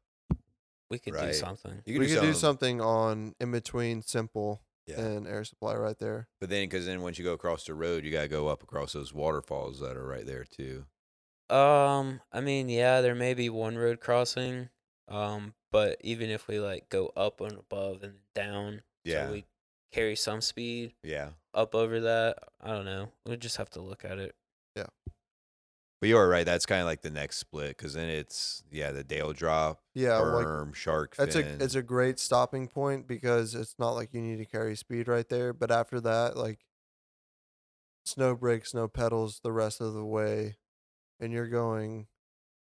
B: we could do
A: right.
B: something.
A: You
C: we could do
A: some-
C: something on in between simple
A: Yeah.
C: and air supply right there.
A: But then, because then once you go across the road, you got to go up across those waterfalls that are right there too.
B: Um, I mean, yeah, there may be one road crossing. Um, but even if we like go up and above and down,
A: Yeah.
B: so we carry some speed
A: Yeah.
B: up over that. I don't know. We just have to look at it.
A: But you are right. That's kind of like the next split because then it's, yeah, the Dale drop,
C: Yeah, like
A: berm, shark
C: that's
A: fin.
C: a it's a great stopping point because it's not like you need to carry speed right there, but after that, like snow brakes, no pedals the rest of the way, and you're going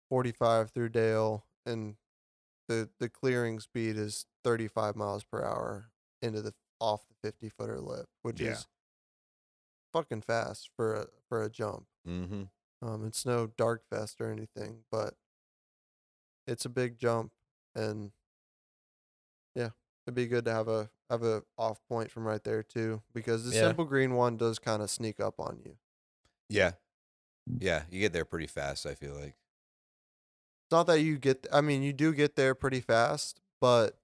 C: 45 through Dale, and the the clearing speed is 35 miles per hour into the off the 50 footer lip, which
A: Yeah.
C: is fucking fast for a for a jump.
A: mm-hmm.
C: Um, it's no dark fest or anything, but it's a big jump, and yeah, it'd be good to have a have a off point from right there too, because the
B: Yeah.
C: simple green one does kind of sneak up on you.
A: Yeah. Yeah. You get there pretty fast, I feel like.
C: It's not that you get, I mean, you do get there pretty fast, but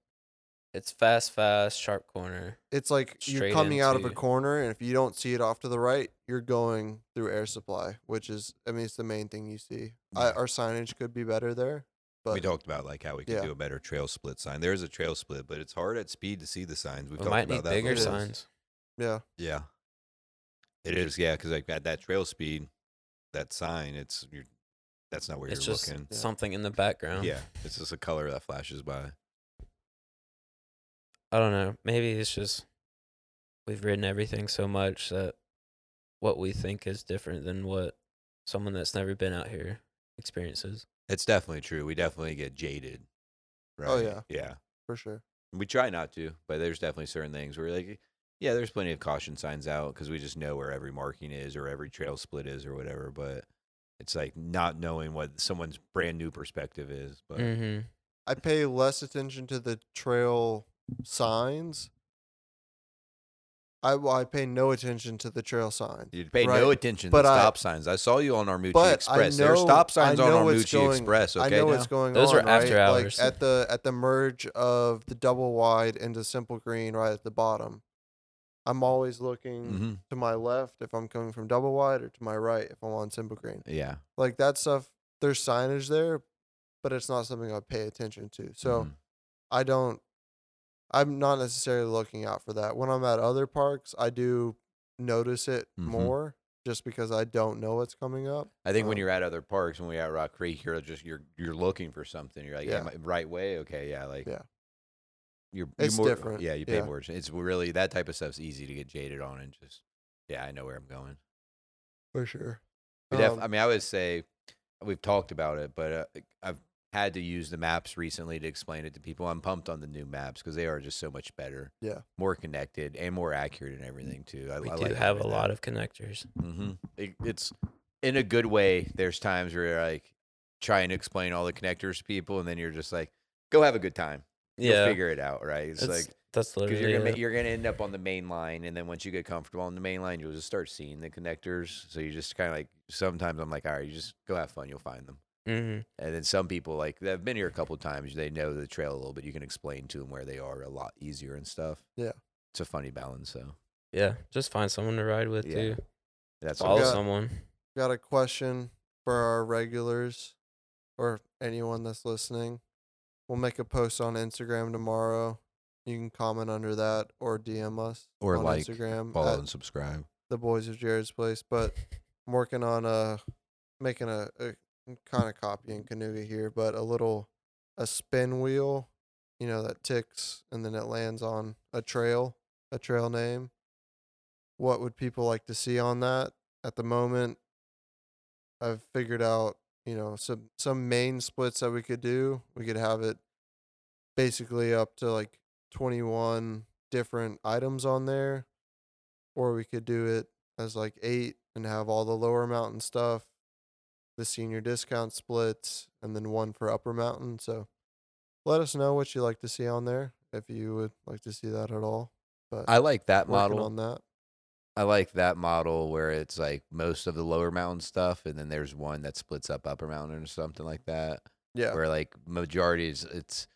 B: It's fast, fast, sharp corner.
C: it's like you're
B: Straight
C: coming out of a
B: into-
C: corner, and if you don't see it off to the right, you're going through air supply, which is, I mean, it's the main thing you see. I,
A: Yeah.
C: our signage could be better there, but
A: we talked about like how we could
C: yeah.
A: do a better trail split sign. There is a trail split, but it's hard at speed to see the signs. We've
B: We
A: talked
B: might
A: about
B: need
A: that.
B: bigger
C: It is.
A: before.
B: signs.
C: yeah,
A: Yeah. It is, yeah, because like at that trail speed, that sign, it's you're that's not where
B: It's
A: you're
B: just
A: looking.
C: Yeah.
B: something in the background.
A: Yeah. It's just a color that flashes by.
B: I don't know. Maybe it's just we've ridden everything so much that what we think is different than what someone that's never been out here experiences.
A: It's definitely true. We definitely get jaded. Right.
C: Oh, yeah.
A: Yeah.
C: for sure.
A: We try not to, but there's definitely certain things where like, yeah, there's plenty of caution signs out because we just know where every marking is or every trail split is or whatever. But it's like not knowing what someone's brand new perspective is. But
C: Mm.
B: Mm-hmm.
C: I pay less attention to the trail signs I well, I pay no attention to the trail sign.
A: You pay no
C: Right.
A: attention
C: But
A: to
C: I-
A: stop signs. I saw you on Armucci
C: but I
A: Express. there are
C: know-
A: stop signs
C: I
A: on
C: know what's
A: Armucci
C: going-
A: Express. Okay,
C: I know
A: now?
C: what's going
B: Those
C: on.
B: are after
C: right?
B: hours.
C: Like at the at the merge of the double wide into simple green, right at the bottom. I'm always looking
B: Mm-hmm.
A: Mhm.
C: to my left if I'm coming from double wide, or to my right if I'm on simple green.
A: Yeah.
C: Like that stuff. There's signage there, but it's not something I pay attention to. So
A: Mhm.
C: I don't. I'm not necessarily looking out for that. When I'm at other parks, I do notice it
A: Mhm.
C: more, just because I don't know what's coming up.
A: I think when
C: um,
A: you're at other parks, when we at Rock Creek, you're just you're you're looking for something. You're like,
C: Yeah.
A: am I right way? Okay, yeah, like
C: Yeah.
A: You're,
C: It's
A: you're more,
C: different,
A: Yeah, you pay
C: yeah.
A: more. attention. It's really that type of stuff's easy to get jaded on and just yeah, I know where I'm going.
C: For sure.
A: We def-
C: Um,
A: I mean, I would say we've talked about it, but uh, I've had to use the maps recently to explain it to people. I'm pumped on the new maps because they are just so much better.
C: Yeah.
A: more connected and more accurate and everything too. I,
B: We
A: I
B: do
A: like
B: have a lot of connectors.
A: hmm It, it's in a good way. There's times where you're like trying to explain all the connectors to people, and then you're just like, "Go have a good time. You'll
B: Yeah,
A: figure it out." Right? It's,
B: that's-
A: like
B: that's
A: because
B: literally
A: you're gonna
B: it.
A: ma- you're gonna end up on the main line, and then once you get comfortable on the main line, you'll just start seeing the connectors. So you just kind of like sometimes I'm like, all right, you just go have fun, you'll find them.
B: Mhm.
A: And then some people like that have been here a couple times, they know the trail a little bit. You can explain to them where they are a lot easier and stuff.
C: Yeah.
A: it's a funny balance. So
B: yeah. Just find someone to ride with
A: Yeah.
B: too.
A: that's
B: Follow
A: all.
C: got-
B: someone.
C: got a question for our regulars or anyone that's listening. We'll make a post on Instagram tomorrow. You can comment under that or DM us
A: Or
C: on
A: like,
C: Instagram
A: Follow
C: at
A: and subscribe.
C: the boys of Jared's place. But I'm working on uh making a, mm, a kind of copying Canuga here, but a little a spin wheel, you know, that ticks and then it lands on a trail, a trail name. What would people like to see on that? At the moment, I've figured out, you know, some some main splits that we could do. We could have it basically up to like 21 different items on there or we could do it as like 8 and have all the lower mountain stuff, the senior discount splits and then one for upper mountain. So let us know what you like to see on there if you would like to see that at all. But
A: I like that
C: working
A: model.
C: on that.
A: I like that model where it's like most of the lower mountain stuff, and then there's one that splits up upper mountain or something like that.
C: Yeah.
A: Where like majority is it's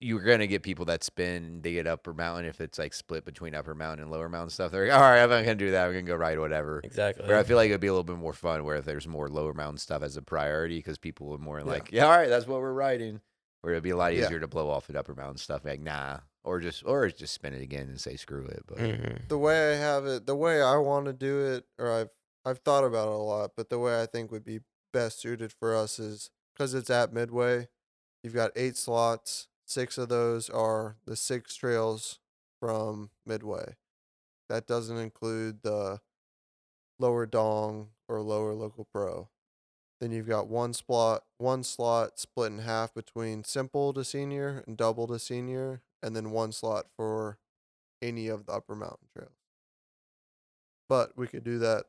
A: you're gonna get people that spin they get upper mountain if it's like split between upper mountain and lower mountain stuff. They're like, all right, I'm not gonna do that. I'm gonna go ride whatever.
B: Exactly.
A: Where I feel like it'd be a little bit more fun where if there's more lower mountain stuff as a priority because people would more
C: Yeah.
A: like, yeah, all right, that's what we're riding. Where it'd be a lot
C: Yeah.
A: easier to blow off at upper mountain stuff, like nah, or just or just spin it again and say screw it. But
C: Mm.
B: Mhm.
C: the way I have it, the way I want to do it, or I've I've thought about it a lot, but the way I think would be best suited for us is because it's at Midway. You've got eight slots. Six of those are the six trails from Midway. That doesn't include the lower Dong or lower local pro. Then you've got one slot, one slot split in half between simple to senior and double to senior, and then one slot for any of the upper mountain trails. But we could do that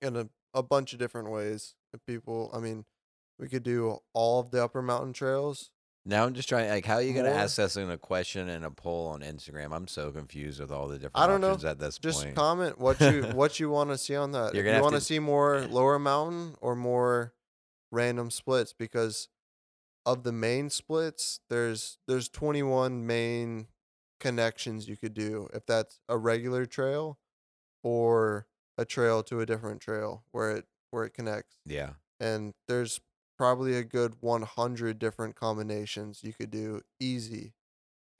C: in a, a bunch of different ways. If people, I mean, we could do all of the upper mountain trails.
A: Now I'm just trying like how are you gonna
C: More-
A: ask us in a question and a poll on Instagram? I'm so confused with all the different
C: I don't know.
A: options at this
C: Just
A: point.
C: comment what you what you want to see on that.
A: You're gonna
C: If you
A: have
C: want to
A: to-
C: see more lower mountain or more random splits because of the main splits, there's there's 21 main connections you could do if that's a regular trail or a trail to a different trail where it where it connects.
A: yeah.
C: and there's probably a good 100 different combinations you could do easy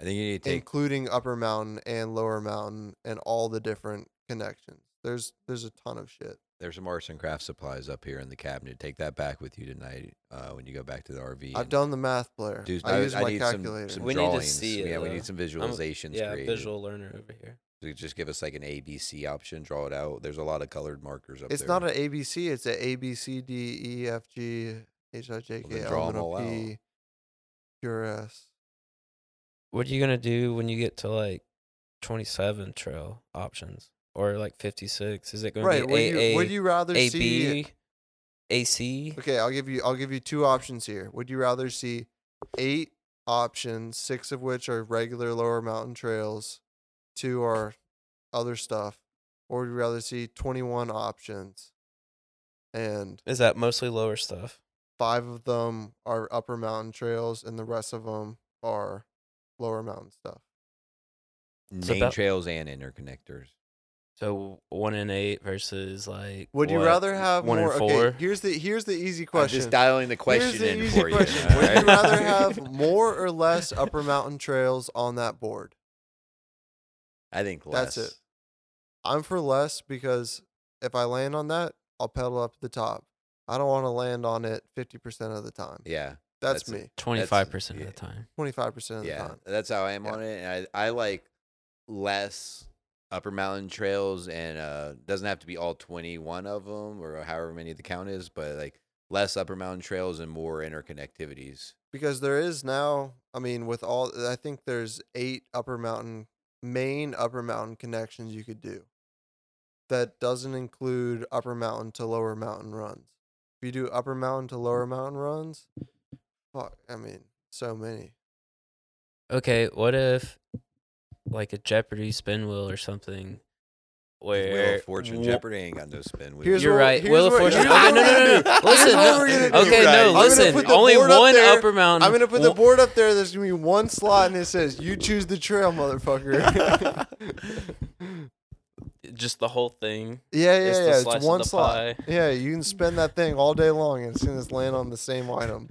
A: I think you need to take
C: including upper mountain and lower mountain and all the different connections there's there's a ton of shit
A: there's some arts and craft supplies up here in the cabinet. Take that back with you tonight, uh, when you go back to the RV.
C: i've
A: and
C: done the math blair
A: do-
C: i, use my
A: need some-
C: calculator
A: Some,
B: We need to
A: drawings.
B: see it,
A: yeah, we
B: though.
A: need some visualizations
B: Yeah,
A: created.
B: visual learner over here.
A: So you just give us like an A B C option, draw it out. There's a lot of colored markers up
C: it's
A: there.
C: not an abc it's a a b c d e f g h i j
A: Well,
C: k
A: then
C: l
A: draw
C: m
A: 'em
C: n
A: all
C: o
A: out.
C: p q r s
B: What are you gonna do when you get to like twenty seven trail options or like fifty six? Is it gonna
C: right
B: be
C: would you,
B: A
C: would
B: A
C: you rather
B: A
C: see
B: B A C?
C: Okay, I'll give you I'll give you two options here. Would you rather see eight options, six of which are regular lower mountain trails, two are other stuff, or would you rather see 21 options? And
B: Is that mostly lower stuff?
C: five of them are upper mountain trails, and the rest of them are lower mountain stuff.
B: So
A: Name
B: that-
A: trails and interconnectors.
B: So one in eight versus like.
C: Would you
B: what,
C: rather have
B: one in
C: more?
B: four?
C: Okay, here's the here's the easy
A: I'm
C: question.
A: just dialing the question
C: Here's the
A: in
C: easy
A: for you.
C: question.
A: all
C: Would you
A: right?
C: rather have more or less upper mountain trails on that board?
A: I think less.
C: That's it. I'm for less because if I land on that, I'll pedal up to the top. I don't want to land on it 50% of the time.
A: Yeah,
C: that's,
A: that's-
C: me.
B: Twenty five percent of
A: yeah.
B: the time.
C: 25% of the
A: yeah.
C: time.
A: That's how I am
C: Yeah.
A: on it. And I, I like less upper mountain trails, and uh, doesn't have to be all 21 of them or however many the count is, but like less upper mountain trails and more interconnectivities.
C: Because there is now, I mean, with all, I think there's eight upper mountain, main upper mountain connections you could do. That doesn't include upper mountain to lower mountain runs. If you do upper mountain to lower mountain runs, fuck, I mean, so many.
B: Okay, what if like a Jeopardy spin wheel or something, where
A: Wheel of Fortune,
B: wo-
A: Jeopardy ain't got no spin wheel.
C: Here's
B: You're
C: what-
B: right.
C: here's
B: Wheel of
C: what-
B: Fortune.
C: here's what
B: Okay, no, no, no,
C: we're gonna
B: no. Listen.
C: do. Here's what we're gonna do.
B: Okay,
A: You're right.
B: no,
A: I'm gonna
B: listen.
C: put the
B: Only
C: board up
B: one
C: there.
B: upper mountain.
C: I'm gonna put the
B: Wo-
C: board up there. There's gonna be one slot, and it says, "You choose the trail, motherfucker."
B: Just the whole thing.
C: yeah, yeah,
B: It's the
C: yeah.
B: slice of
C: It's one
B: the
C: slot.
B: pie.
C: Yeah, you can spend that thing all day long, and as soon as land on the same item,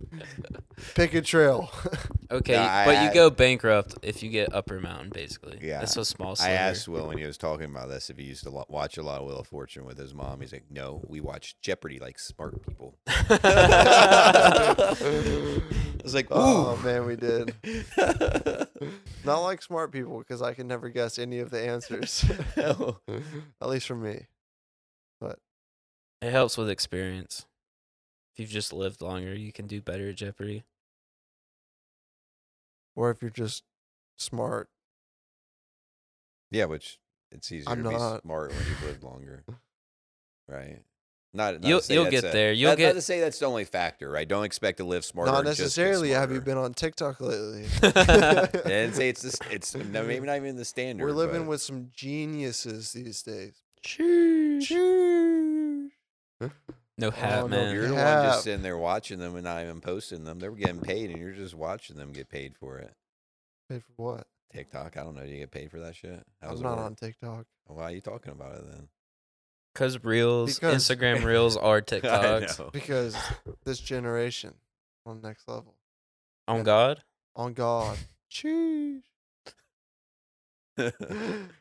C: pick a trail.
B: Okay,
A: No, I-
B: but
A: I-
B: you go bankrupt if you get upper mountain, basically.
A: Yeah.
B: that's a small.
A: I
B: sliver.
A: asked Will when he was talking about this if he used to lo- watch a lot of Wheel of Fortune with his mom. He's like, "No, we watch Jeopardy like smart people." I was like, "Ooh,
C: oh man, we did. Not like smart people, because I can never guess any of the answers,
A: No.
C: at least from me.
B: It helps with experience. If you've just lived longer, you can do better at Jeopardy.
C: Or if you're just smart,
A: Yeah, which it's easier
C: I'm
A: to be
C: not.
A: smart when you've lived longer, right? Not, not to
B: You'll-
A: say
B: you'll
A: that's
B: get
A: a-
B: there. You'll
A: not, not
B: get-
A: to say that's the only factor, right? Don't expect to live smarter.
C: not
A: just get
C: necessarily. Have you
A: smarter.
C: been on TikTok lately?
A: I didn't say it's this. It's no, maybe not even the standard.
C: We're living
A: but-
C: with some geniuses these days.
B: No hat,
C: no,
B: man.
A: You're the one
C: Yeah.
A: just sitting there watching them and not even posting them. They're getting paid, and you're just watching them get paid for it.
C: Paid for what?
A: TikTok, I don't know. Do you get paid for that shit?
C: I'm
A: it
C: not
A: work?
C: on TikTok.
A: Why are you talking about it then?
B: Cause reels,
C: Because-
B: Instagram reels are
A: I
B: TikToks.
A: know.
C: Because this generation on next level.
B: On God,
C: On God. Cheese. All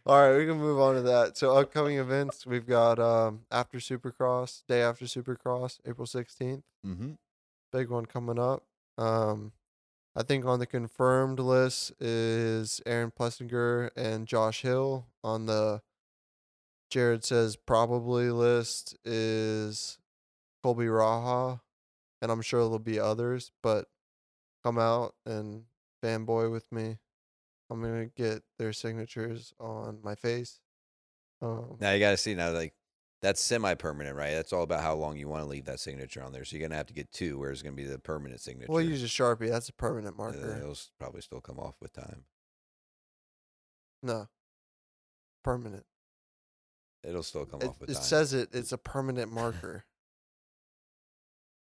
C: right, we can move on to that. So upcoming events, we've got um, after Supercross, day after Supercross, April 16th.
A: Mhm.
C: big one coming up. Um, I think on the confirmed list is Aaron Plessinger and Josh Hill. On the Jared says probably list is Colby Raha, and I'm sure there'll be others. But come out and fanboy with me. I'm gonna get their signatures on my face. Um,
A: Now you got to see now, like that's semi-permanent, right? That's all about how long you want to leave that signature on there. So you're gonna have to get two, where it's gonna be the permanent signature.
C: well, use a sharpie. That's a permanent
A: Uh,
C: marker.
A: It'll s- probably still come off with time.
C: No, permanent.
A: It'll still come
C: It,
A: off with
C: it
A: time.
C: says it. It's a permanent marker.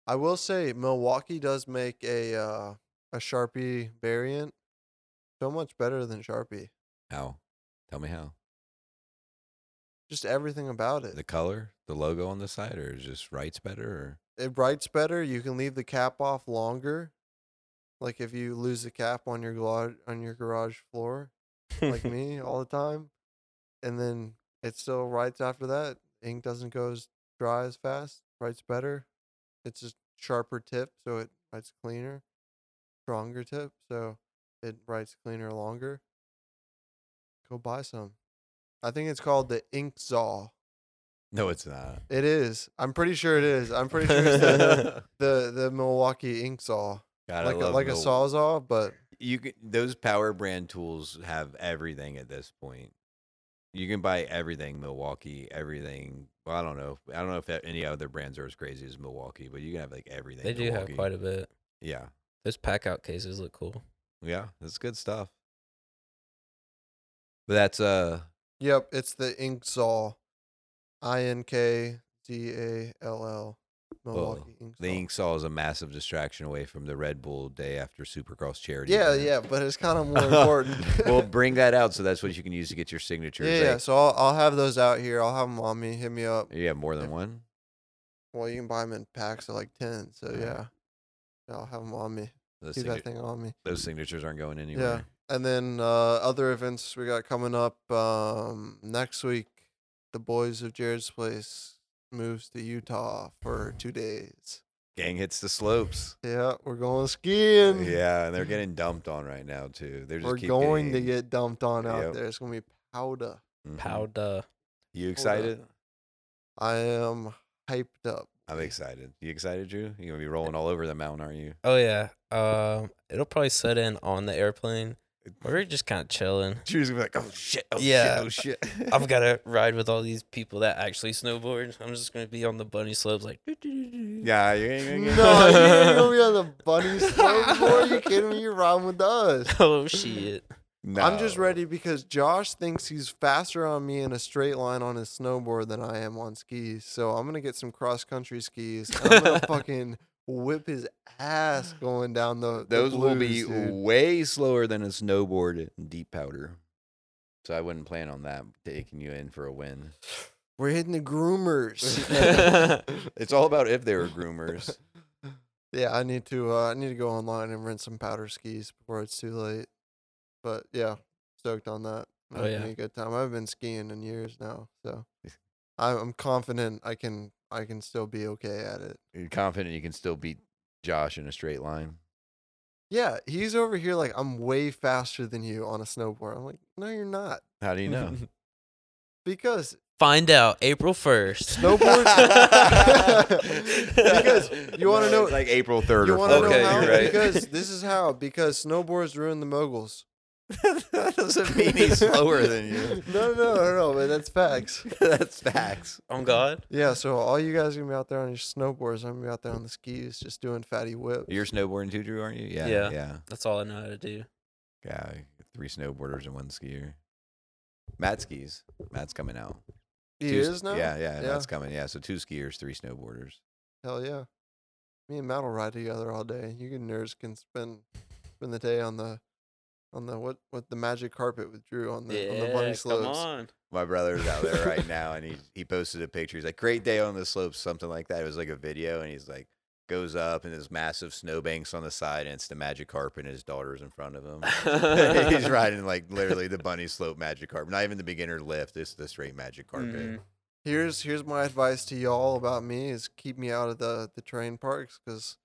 C: I will say Milwaukee does make a uh, a Sharpie variant, so much better than Sharpie.
A: how? Tell me how.
C: Just everything about it.
A: The color, the logo on the side, or is just writes better, or
C: It writes better. You can leave the cap off longer. Like if you lose the cap on your garage on your garage floor, like me all the time, and then it still writes after that. Ink doesn't go as dry as fast. Writes better. It's a sharper tip, so it writes cleaner. Stronger tip, so it writes cleaner longer. Go buy some. I think it's called the Ink Zaw.
A: no? It's not.
C: It is. I'm pretty sure it is. I'm pretty sure it's the the, the Milwaukee Ink Saw,
A: God, I
C: like a,
A: love
C: like a
A: Mil-
C: sawzall, but
A: You can, those power brand tools have everything at this point. You can buy everything Milwaukee, everything. Well, I don't know. I don't know if that- any other brands are as crazy as Milwaukee, but you can have like everything.
B: they do have
A: Milwaukee.
B: quite a bit.
A: Yeah,
B: Those pack out cases look cool.
A: yeah, that's good stuff. But that's uh
C: Yep, it's the Inkzall. I N K Z A L L. Milwaukee Inkzall.
A: The ink saw is a massive distraction away from the Red Bull day after Supercross charity.
C: Yeah,
A: event.
C: yeah, but it's kind of more important.
A: we'll bring that out. So that's what you can use to get your signatures.
C: yeah, yeah.
A: Like,
C: So I'll, I'll have those out here. I'll have them on me. Hit me up.
A: You have more than one.
C: Well, you can buy them in packs of like 10.
A: Uh-huh.
C: So yeah. yeah I'll have them on me.
A: Those,
C: Keep that
A: signa-
C: thing on me.
A: those signatures aren't going anywhere.
C: And then uh, other events we got coming up um, next week. The boys of Jared's place moves to Utah for two days.
A: Gang hits the slopes.
C: Yeah, we're
A: Uh,
C: going skiing.
A: Yeah, and they're getting dumped on right now too. They're just
C: we're
A: keep
C: going to
A: getting-
C: get dumped on out
A: Yep.
C: there. It's gonna be powder.
B: Mm-hmm.
A: Mhm.
B: Powder.
A: You excited?
C: I am hyped up.
A: I'm excited. You excited, Drew? You're gonna be rolling all over the mountain, aren't you?
B: Oh yeah. Um, it'll probably set in on the airplane. We're just kind of chilling.
A: Drew's gonna be like, oh shit, oh
B: Yeah.
A: shit, oh shit.
B: I've got to ride with all these people that actually snowboard. I'm just gonna be on the bunny slopes, like.
A: yeah, you ain't
C: No,
A: gonna
C: you
A: get
C: ain't gonna be on the bunny snowboard. You kidding me? You're riding with us.
B: Oh shit.
C: I'm just
A: No.
C: ready because Josh thinks he's faster on me in a straight line on his snowboard than I am on skis. So I'm gonna get some cross country skis. And I'm gonna fucking whip his ass going down the. the
A: Those will be
C: blues, dude.
A: way slower than a snowboard and deep powder. So I wouldn't plan on that taking you in for a win.
C: We're hitting the groomers.
A: it's all about if they were groomers.
C: Yeah, I need to. Uh, I need to go online and rent some powder skis before it's too late. But yeah, stoked on that.
B: Oh,
C: Having
B: yeah.
C: a good time. I've been skiing in years now, so I- I'm confident I can. I can still be okay at it.
A: You're confident you can still beat Josh in a straight line.
C: Yeah, he's over here like I'm way faster than you on a snowboard. I'm like, no, you're not,
A: How do you know?
C: because
B: Find out April first.
C: Snowboards- Because you wanna know-
A: it's like April third
C: you
A: or
C: want to
A: fourth.
B: fourth. Okay,
C: know how?
B: you're right.
C: Because this is how. Because snowboards ruin the moguls.
A: that doesn't mean he's slower than you.
C: no, no, no, no, but that's facts.
A: That's facts.
B: On Oh, God.
C: Yeah, so all you guys are gonna be out there on your snowboards. I'm gonna be out there on the skis, just doing fatty whips.
A: You're snowboarding too, Drew, aren't you? Yeah,
B: Yeah.
A: yeah.
B: That's all I know how to do.
A: Yeah, three snowboarders and one skier. Matt skis. Matt's coming out.
C: he
A: Two s-
C: is now.
A: Yeah, yeah,
C: Yeah.
A: Matt's coming. Yeah, so two skiers, three snowboarders.
C: Hell yeah. Me and Matt will ride together all day. You can nerds can spend spend the day on the on the what what the magic carpet with Drew on the on the bunny slopes.
B: Come on.
A: My brother's out there right now, and he he posted a picture. He's like, "Great day on the slopes," something like that. It was like a video, and he's like, goes up, and there's massive snowbanks on the side, and it's the magic carpet, and his daughter's in front of him. he's riding like literally the bunny slope magic carpet, not even the beginner lift. It's the straight magic eh? carpet.
C: Mm-hmm.
B: Mm.
C: Here's here's my advice to y'all about me is keep me out of the the train parks because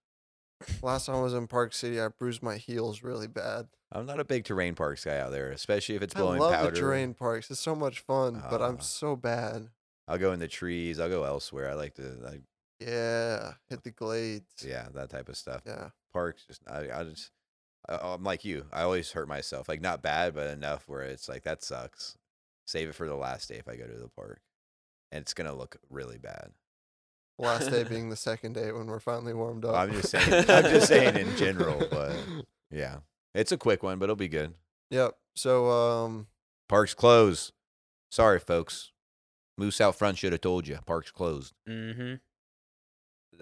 C: last time I was in Park City I bruised my heels really bad.
A: I'm not a big terrain parks guy out there, especially if it's
C: I
A: blowing
C: love
A: powder.
C: the terrain parks. It's so much fun, but
A: Ah.
C: I'm so bad.
A: I'll go in the trees. I'll go elsewhere. I like to, like,
C: Yeah, hit the glades.
A: yeah, that type of stuff.
C: yeah.
A: Parks, just I, I just, I, I'm like you. I always hurt myself. Like not bad, but enough where it's like that sucks. Save it for the last day if I go to the park, and it's gonna look really bad.
C: Last day being the second day when we're finally warmed up.
A: I'm just saying. I'm just saying in general, but yeah, it's a quick one, but it'll be good.
C: Yep. So um
A: Parks closed. Sorry, folks. Moose out front should have told you. Parks closed.
B: Mm-hmm.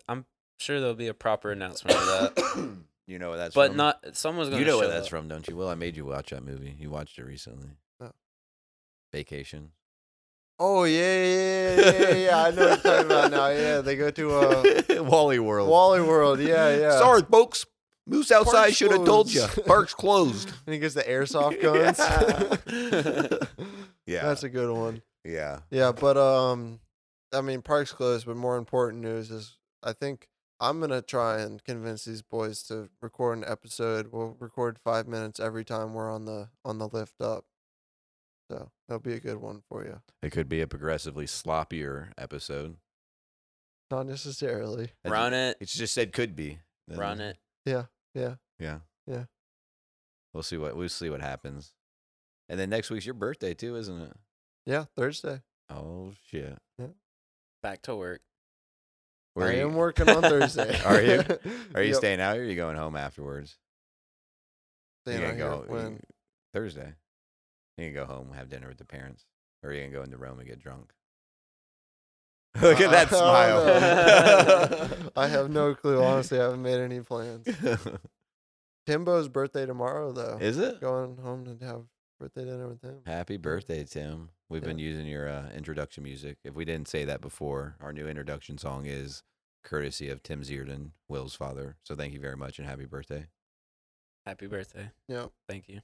B: I'm sure there'll be a proper announcement of that.
A: you know what that's
B: But
A: from?
B: not someone's gonna
A: You know
B: show
A: where that's
B: up.
A: from, don't you? Will I made you watch that movie. You watched it recently.
C: No.
A: Vacation.
C: Oh yeah, yeah, yeah, yeah, yeah. I know what you're talking about now. Yeah, they go to uh,
A: Wally World.
C: Wally World. Yeah, yeah.
A: Sorry, folks. Moose outside
C: Park's
A: should have told you.
C: closed.
A: Park's closed.
C: And he gets the airsoft guns.
A: Yeah.
C: That's a good one.
A: yeah.
C: Yeah, but um, I mean, parks closed. But more important news is, I think I'm gonna try and convince these boys to record an episode. We'll record five minutes every time we're on the on the lift up. So that'll be a good one for you.
A: It could be a progressively sloppier episode.
C: Not necessarily.
A: That's-
B: Run it.
A: It's just said could be. Then-
B: Run it.
A: Yeah.
C: Yeah.
A: We'll see what we'll see what happens. And then next week's your birthday too, isn't it?
C: Yeah, Thursday.
A: Oh shit.
B: Back to work.
A: Where
C: I
A: you-
C: am working on Thursday.
A: Are you? Are you
C: Yep.
A: staying out or are you going home afterwards?
C: Staying
A: you
C: out
A: can
C: here
A: go you-
C: when-
A: Thursday. You can go home, have dinner with the parents. Or are you gonna go into Rome and get drunk? Look at that
C: I- I
A: smile.
C: don't know. I have no clue. Honestly, I haven't made any plans. Timbo's birthday tomorrow, though.
A: Is it?
C: Going home to have birthday dinner with him.
A: Happy birthday, Tim. We've
C: Yeah.
A: been using your uh, introduction music. If we didn't say that before, our new introduction song is courtesy of Tim Zierden, Will's father. So thank you very much and happy birthday.
B: Happy birthday.
C: Yeah.
B: Thank you.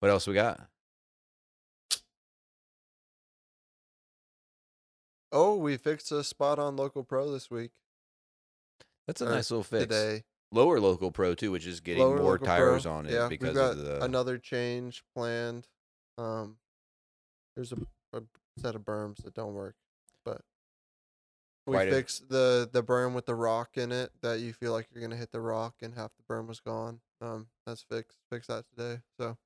A: What else we got?
C: Oh, we fixed a spot on local pro this week.
A: That's a
C: Or
A: nice little fix.
C: Today,
A: Lower local pro too, which is getting
C: Lower
A: more
C: local
A: tires
C: pro.
A: on it
C: Yeah,
A: because
C: we've got
A: of the
C: another change planned. Um, there's a, a set of berms that don't work, but we
A: Quite a-
C: fixed the the berm with the rock in it that you feel like you're gonna hit the rock and half the berm was gone. Um, that's fixed. Fixed that today. So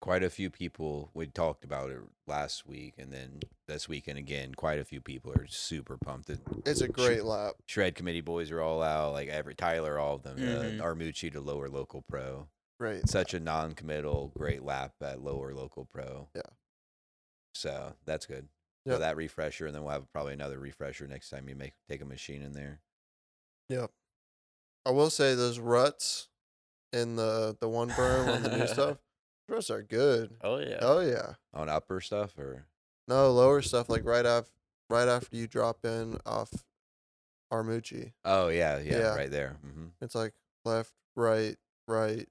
A: quite a few people we talked about it last week and then this weekend again, quite a few people are super pumped that
C: it's a
A: Shoot.
C: great lap.
A: shred committee boys are all out, like every Tyler, all of them,
B: Mhm.
C: Mm-hmm.
A: uh, Armucci to lower local pro.
C: Right.
A: such a non-committal great lap at lower local pro.
C: Yeah.
A: So that's good.
C: Yep.
A: So that refresher, and then we'll have probably another refresher next time you make take a machine in there.
C: I will say those ruts in the the one berm on the new stuff. Ruts are good.
B: Oh yeah.
C: Oh yeah.
A: On upper stuff, or
C: No, lower stuff like right after right after you drop in off Armucci.
A: oh yeah, yeah,
C: Yeah.
A: right there. hmm
C: It's like left, right, right,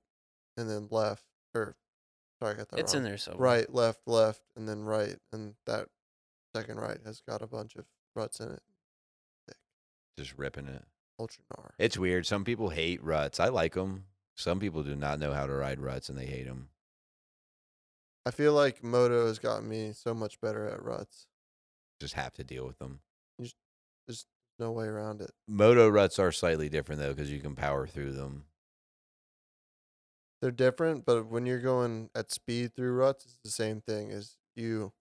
C: and then left. Or sorry, I got that
B: it's
C: wrong.
B: in there somewhere.
C: oh, Right, left, left, and then right, and that second right has got a bunch of ruts in it.
A: Just ripping it.
C: Ultra gnar.
A: It's weird. Some people hate ruts. I like them. Some people do not know how to ride ruts, and they hate them.
C: I feel like Moto has gotten me so much better at ruts.
A: Just have to deal with them.
C: No way around it.
A: Moto ruts are slightly different though, because you can power through them.
C: They're different, but when you're going at speed through ruts, it's the same thing as you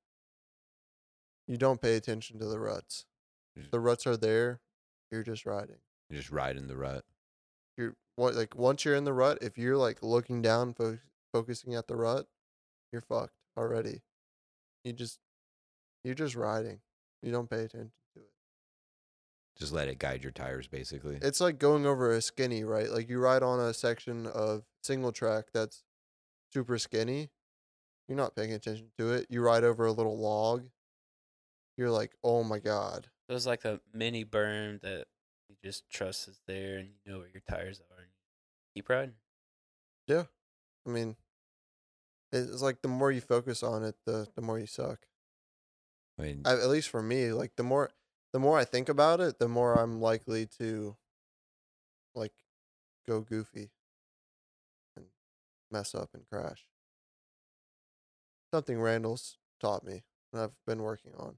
C: you don't pay attention to the ruts.
A: Mm.
C: The ruts are there, you're just riding.
A: You just ride in the rut.
C: You're what like once you're in the rut, if you're like looking down fo- focusing at the rut, you're fucked already. You just you're just riding. You don't pay attention to it.
A: Just let it guide your tires, basically.
C: It's like going over a skinny, right? Like you ride on a section of single track that's super skinny. You're not paying attention to it. You ride over a little log. You're like, "Oh my god."
B: It was like a mini berm that you just trust is there and you know where your tires are and keep riding.
C: I mean, it's like the more you focus on it, the the more you suck.
A: I mean,
C: I, at least for me, like the more the more I think about it, the more I'm likely to like go goofy and mess up and crash. Something Randall's taught me and I've been working on.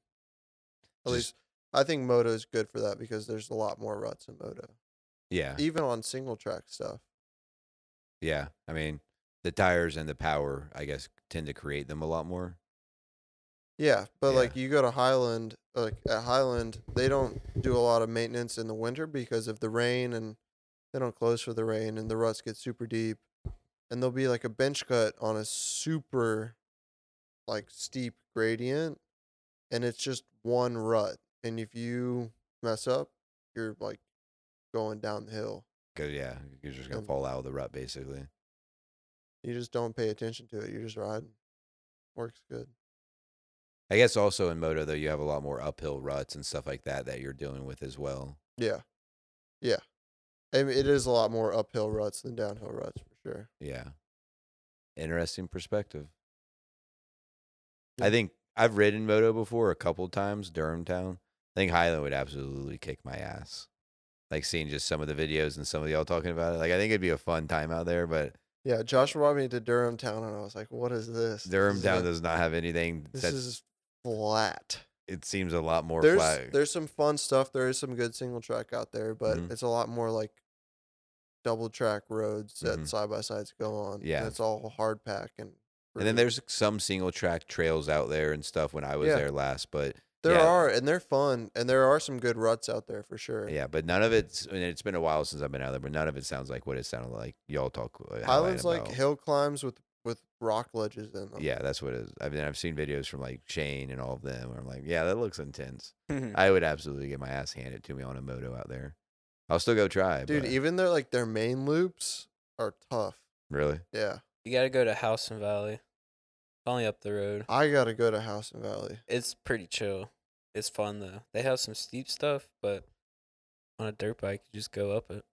C: At
A: Just-
C: least I think moto is good for that because there's a lot more ruts in moto,
A: yeah.
C: even on single track stuff.
A: Yeah, I mean, the tires and the power, I guess, tend to create them a lot more.
C: Yeah, but
A: Yeah.
C: like you go to Highland, like at Highland, they don't do a lot of maintenance in the winter because of the rain and they don't close for the rain and the ruts get super deep. And there'll be like a bench cut on a super like steep gradient and it's just one rut. And if you mess up, you're like going downhill.
A: Cause yeah, you're just gonna
C: Mm.
A: fall out of the rut basically.
C: You just don't pay attention to it. You're just riding. Works good.
A: I guess also in moto though, you have a lot more uphill ruts and stuff like that that you're dealing with as well.
C: Yeah. Yeah. I mean, it is a lot more uphill ruts than downhill ruts for sure.
A: Yeah, interesting perspective.
C: Yeah.
A: I think I've ridden moto before a couple times, Durham Town. I think Highland would absolutely kick my ass. Like seeing just some of the videos and some of y'all talking about it. Like I think it'd be a fun time out there, but
C: Yeah, Josh brought me to Durham Town and I was like, what is this? This
A: Durham
C: is
A: Town
C: a-
A: does not have anything
C: This
A: that
C: is flat.
A: it seems a lot more
C: There's
A: flat.
C: there's some fun stuff. There is some good single track out there, but
A: Mhm.
C: it's a lot more like double track roads
A: Mhm.
C: that side by sides go on. and
A: Yeah.
C: it's all hard pack and
A: And then
C: route.
A: there's some single track trails out there and stuff when I was
C: Yeah.
A: there last, but
C: there
A: yeah.
C: are and they're fun and there are some good ruts out there for sure.
A: yeah, but none of it's and it's been a while since I've been out there, but none of it sounds like what it sounded like y'all talk. uh, outline
C: Highlands like
A: about.
C: hill climbs with with rock ledges in them.
A: Yeah, that's what it is. I mean, I've seen videos from like Shane and all of them. Where I'm like, yeah, that looks intense.
B: Mm.
A: I would absolutely get my ass handed to me on a moto out there. I'll still go try,
C: Dude,
A: But
C: even their like their main loops are tough.
A: really,
C: Yeah.
B: You gotta go to House and Valley. Only up the road.
C: I gotta go to House and Valley.
B: It's pretty chill. It's fun though. They have some steep stuff, but on a dirt bike, you just go up it.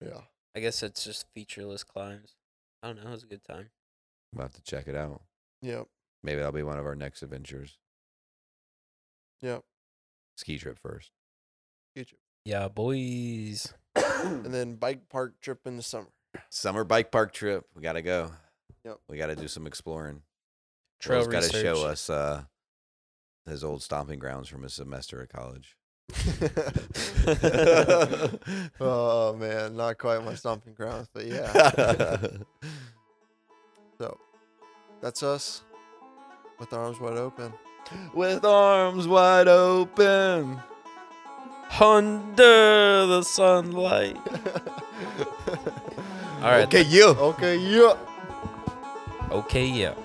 C: Yeah.
B: I guess it's just featureless climbs. I don't know. It was a good time.
A: I'm about to check it out.
C: Yep.
A: Maybe that'll be one of our next adventures.
C: Yep.
A: Ski trip first.
B: Yeah, boys.
C: And then bike park trip in the summer.
A: Summer bike park trip. We gotta go.
C: Yep.
A: We gotta do some exploring.
B: Trail
A: Will's gotta
B: research.
A: show us uh, his old stomping grounds from his semester at college.
C: oh man, not quite my stomping grounds, but yeah.
A: yeah.
C: So that's us with our arms wide open.
A: With arms wide open.
B: Under the sunlight. All right.
A: Okay, you.
C: Okay, yeah.
B: Okay, yeah.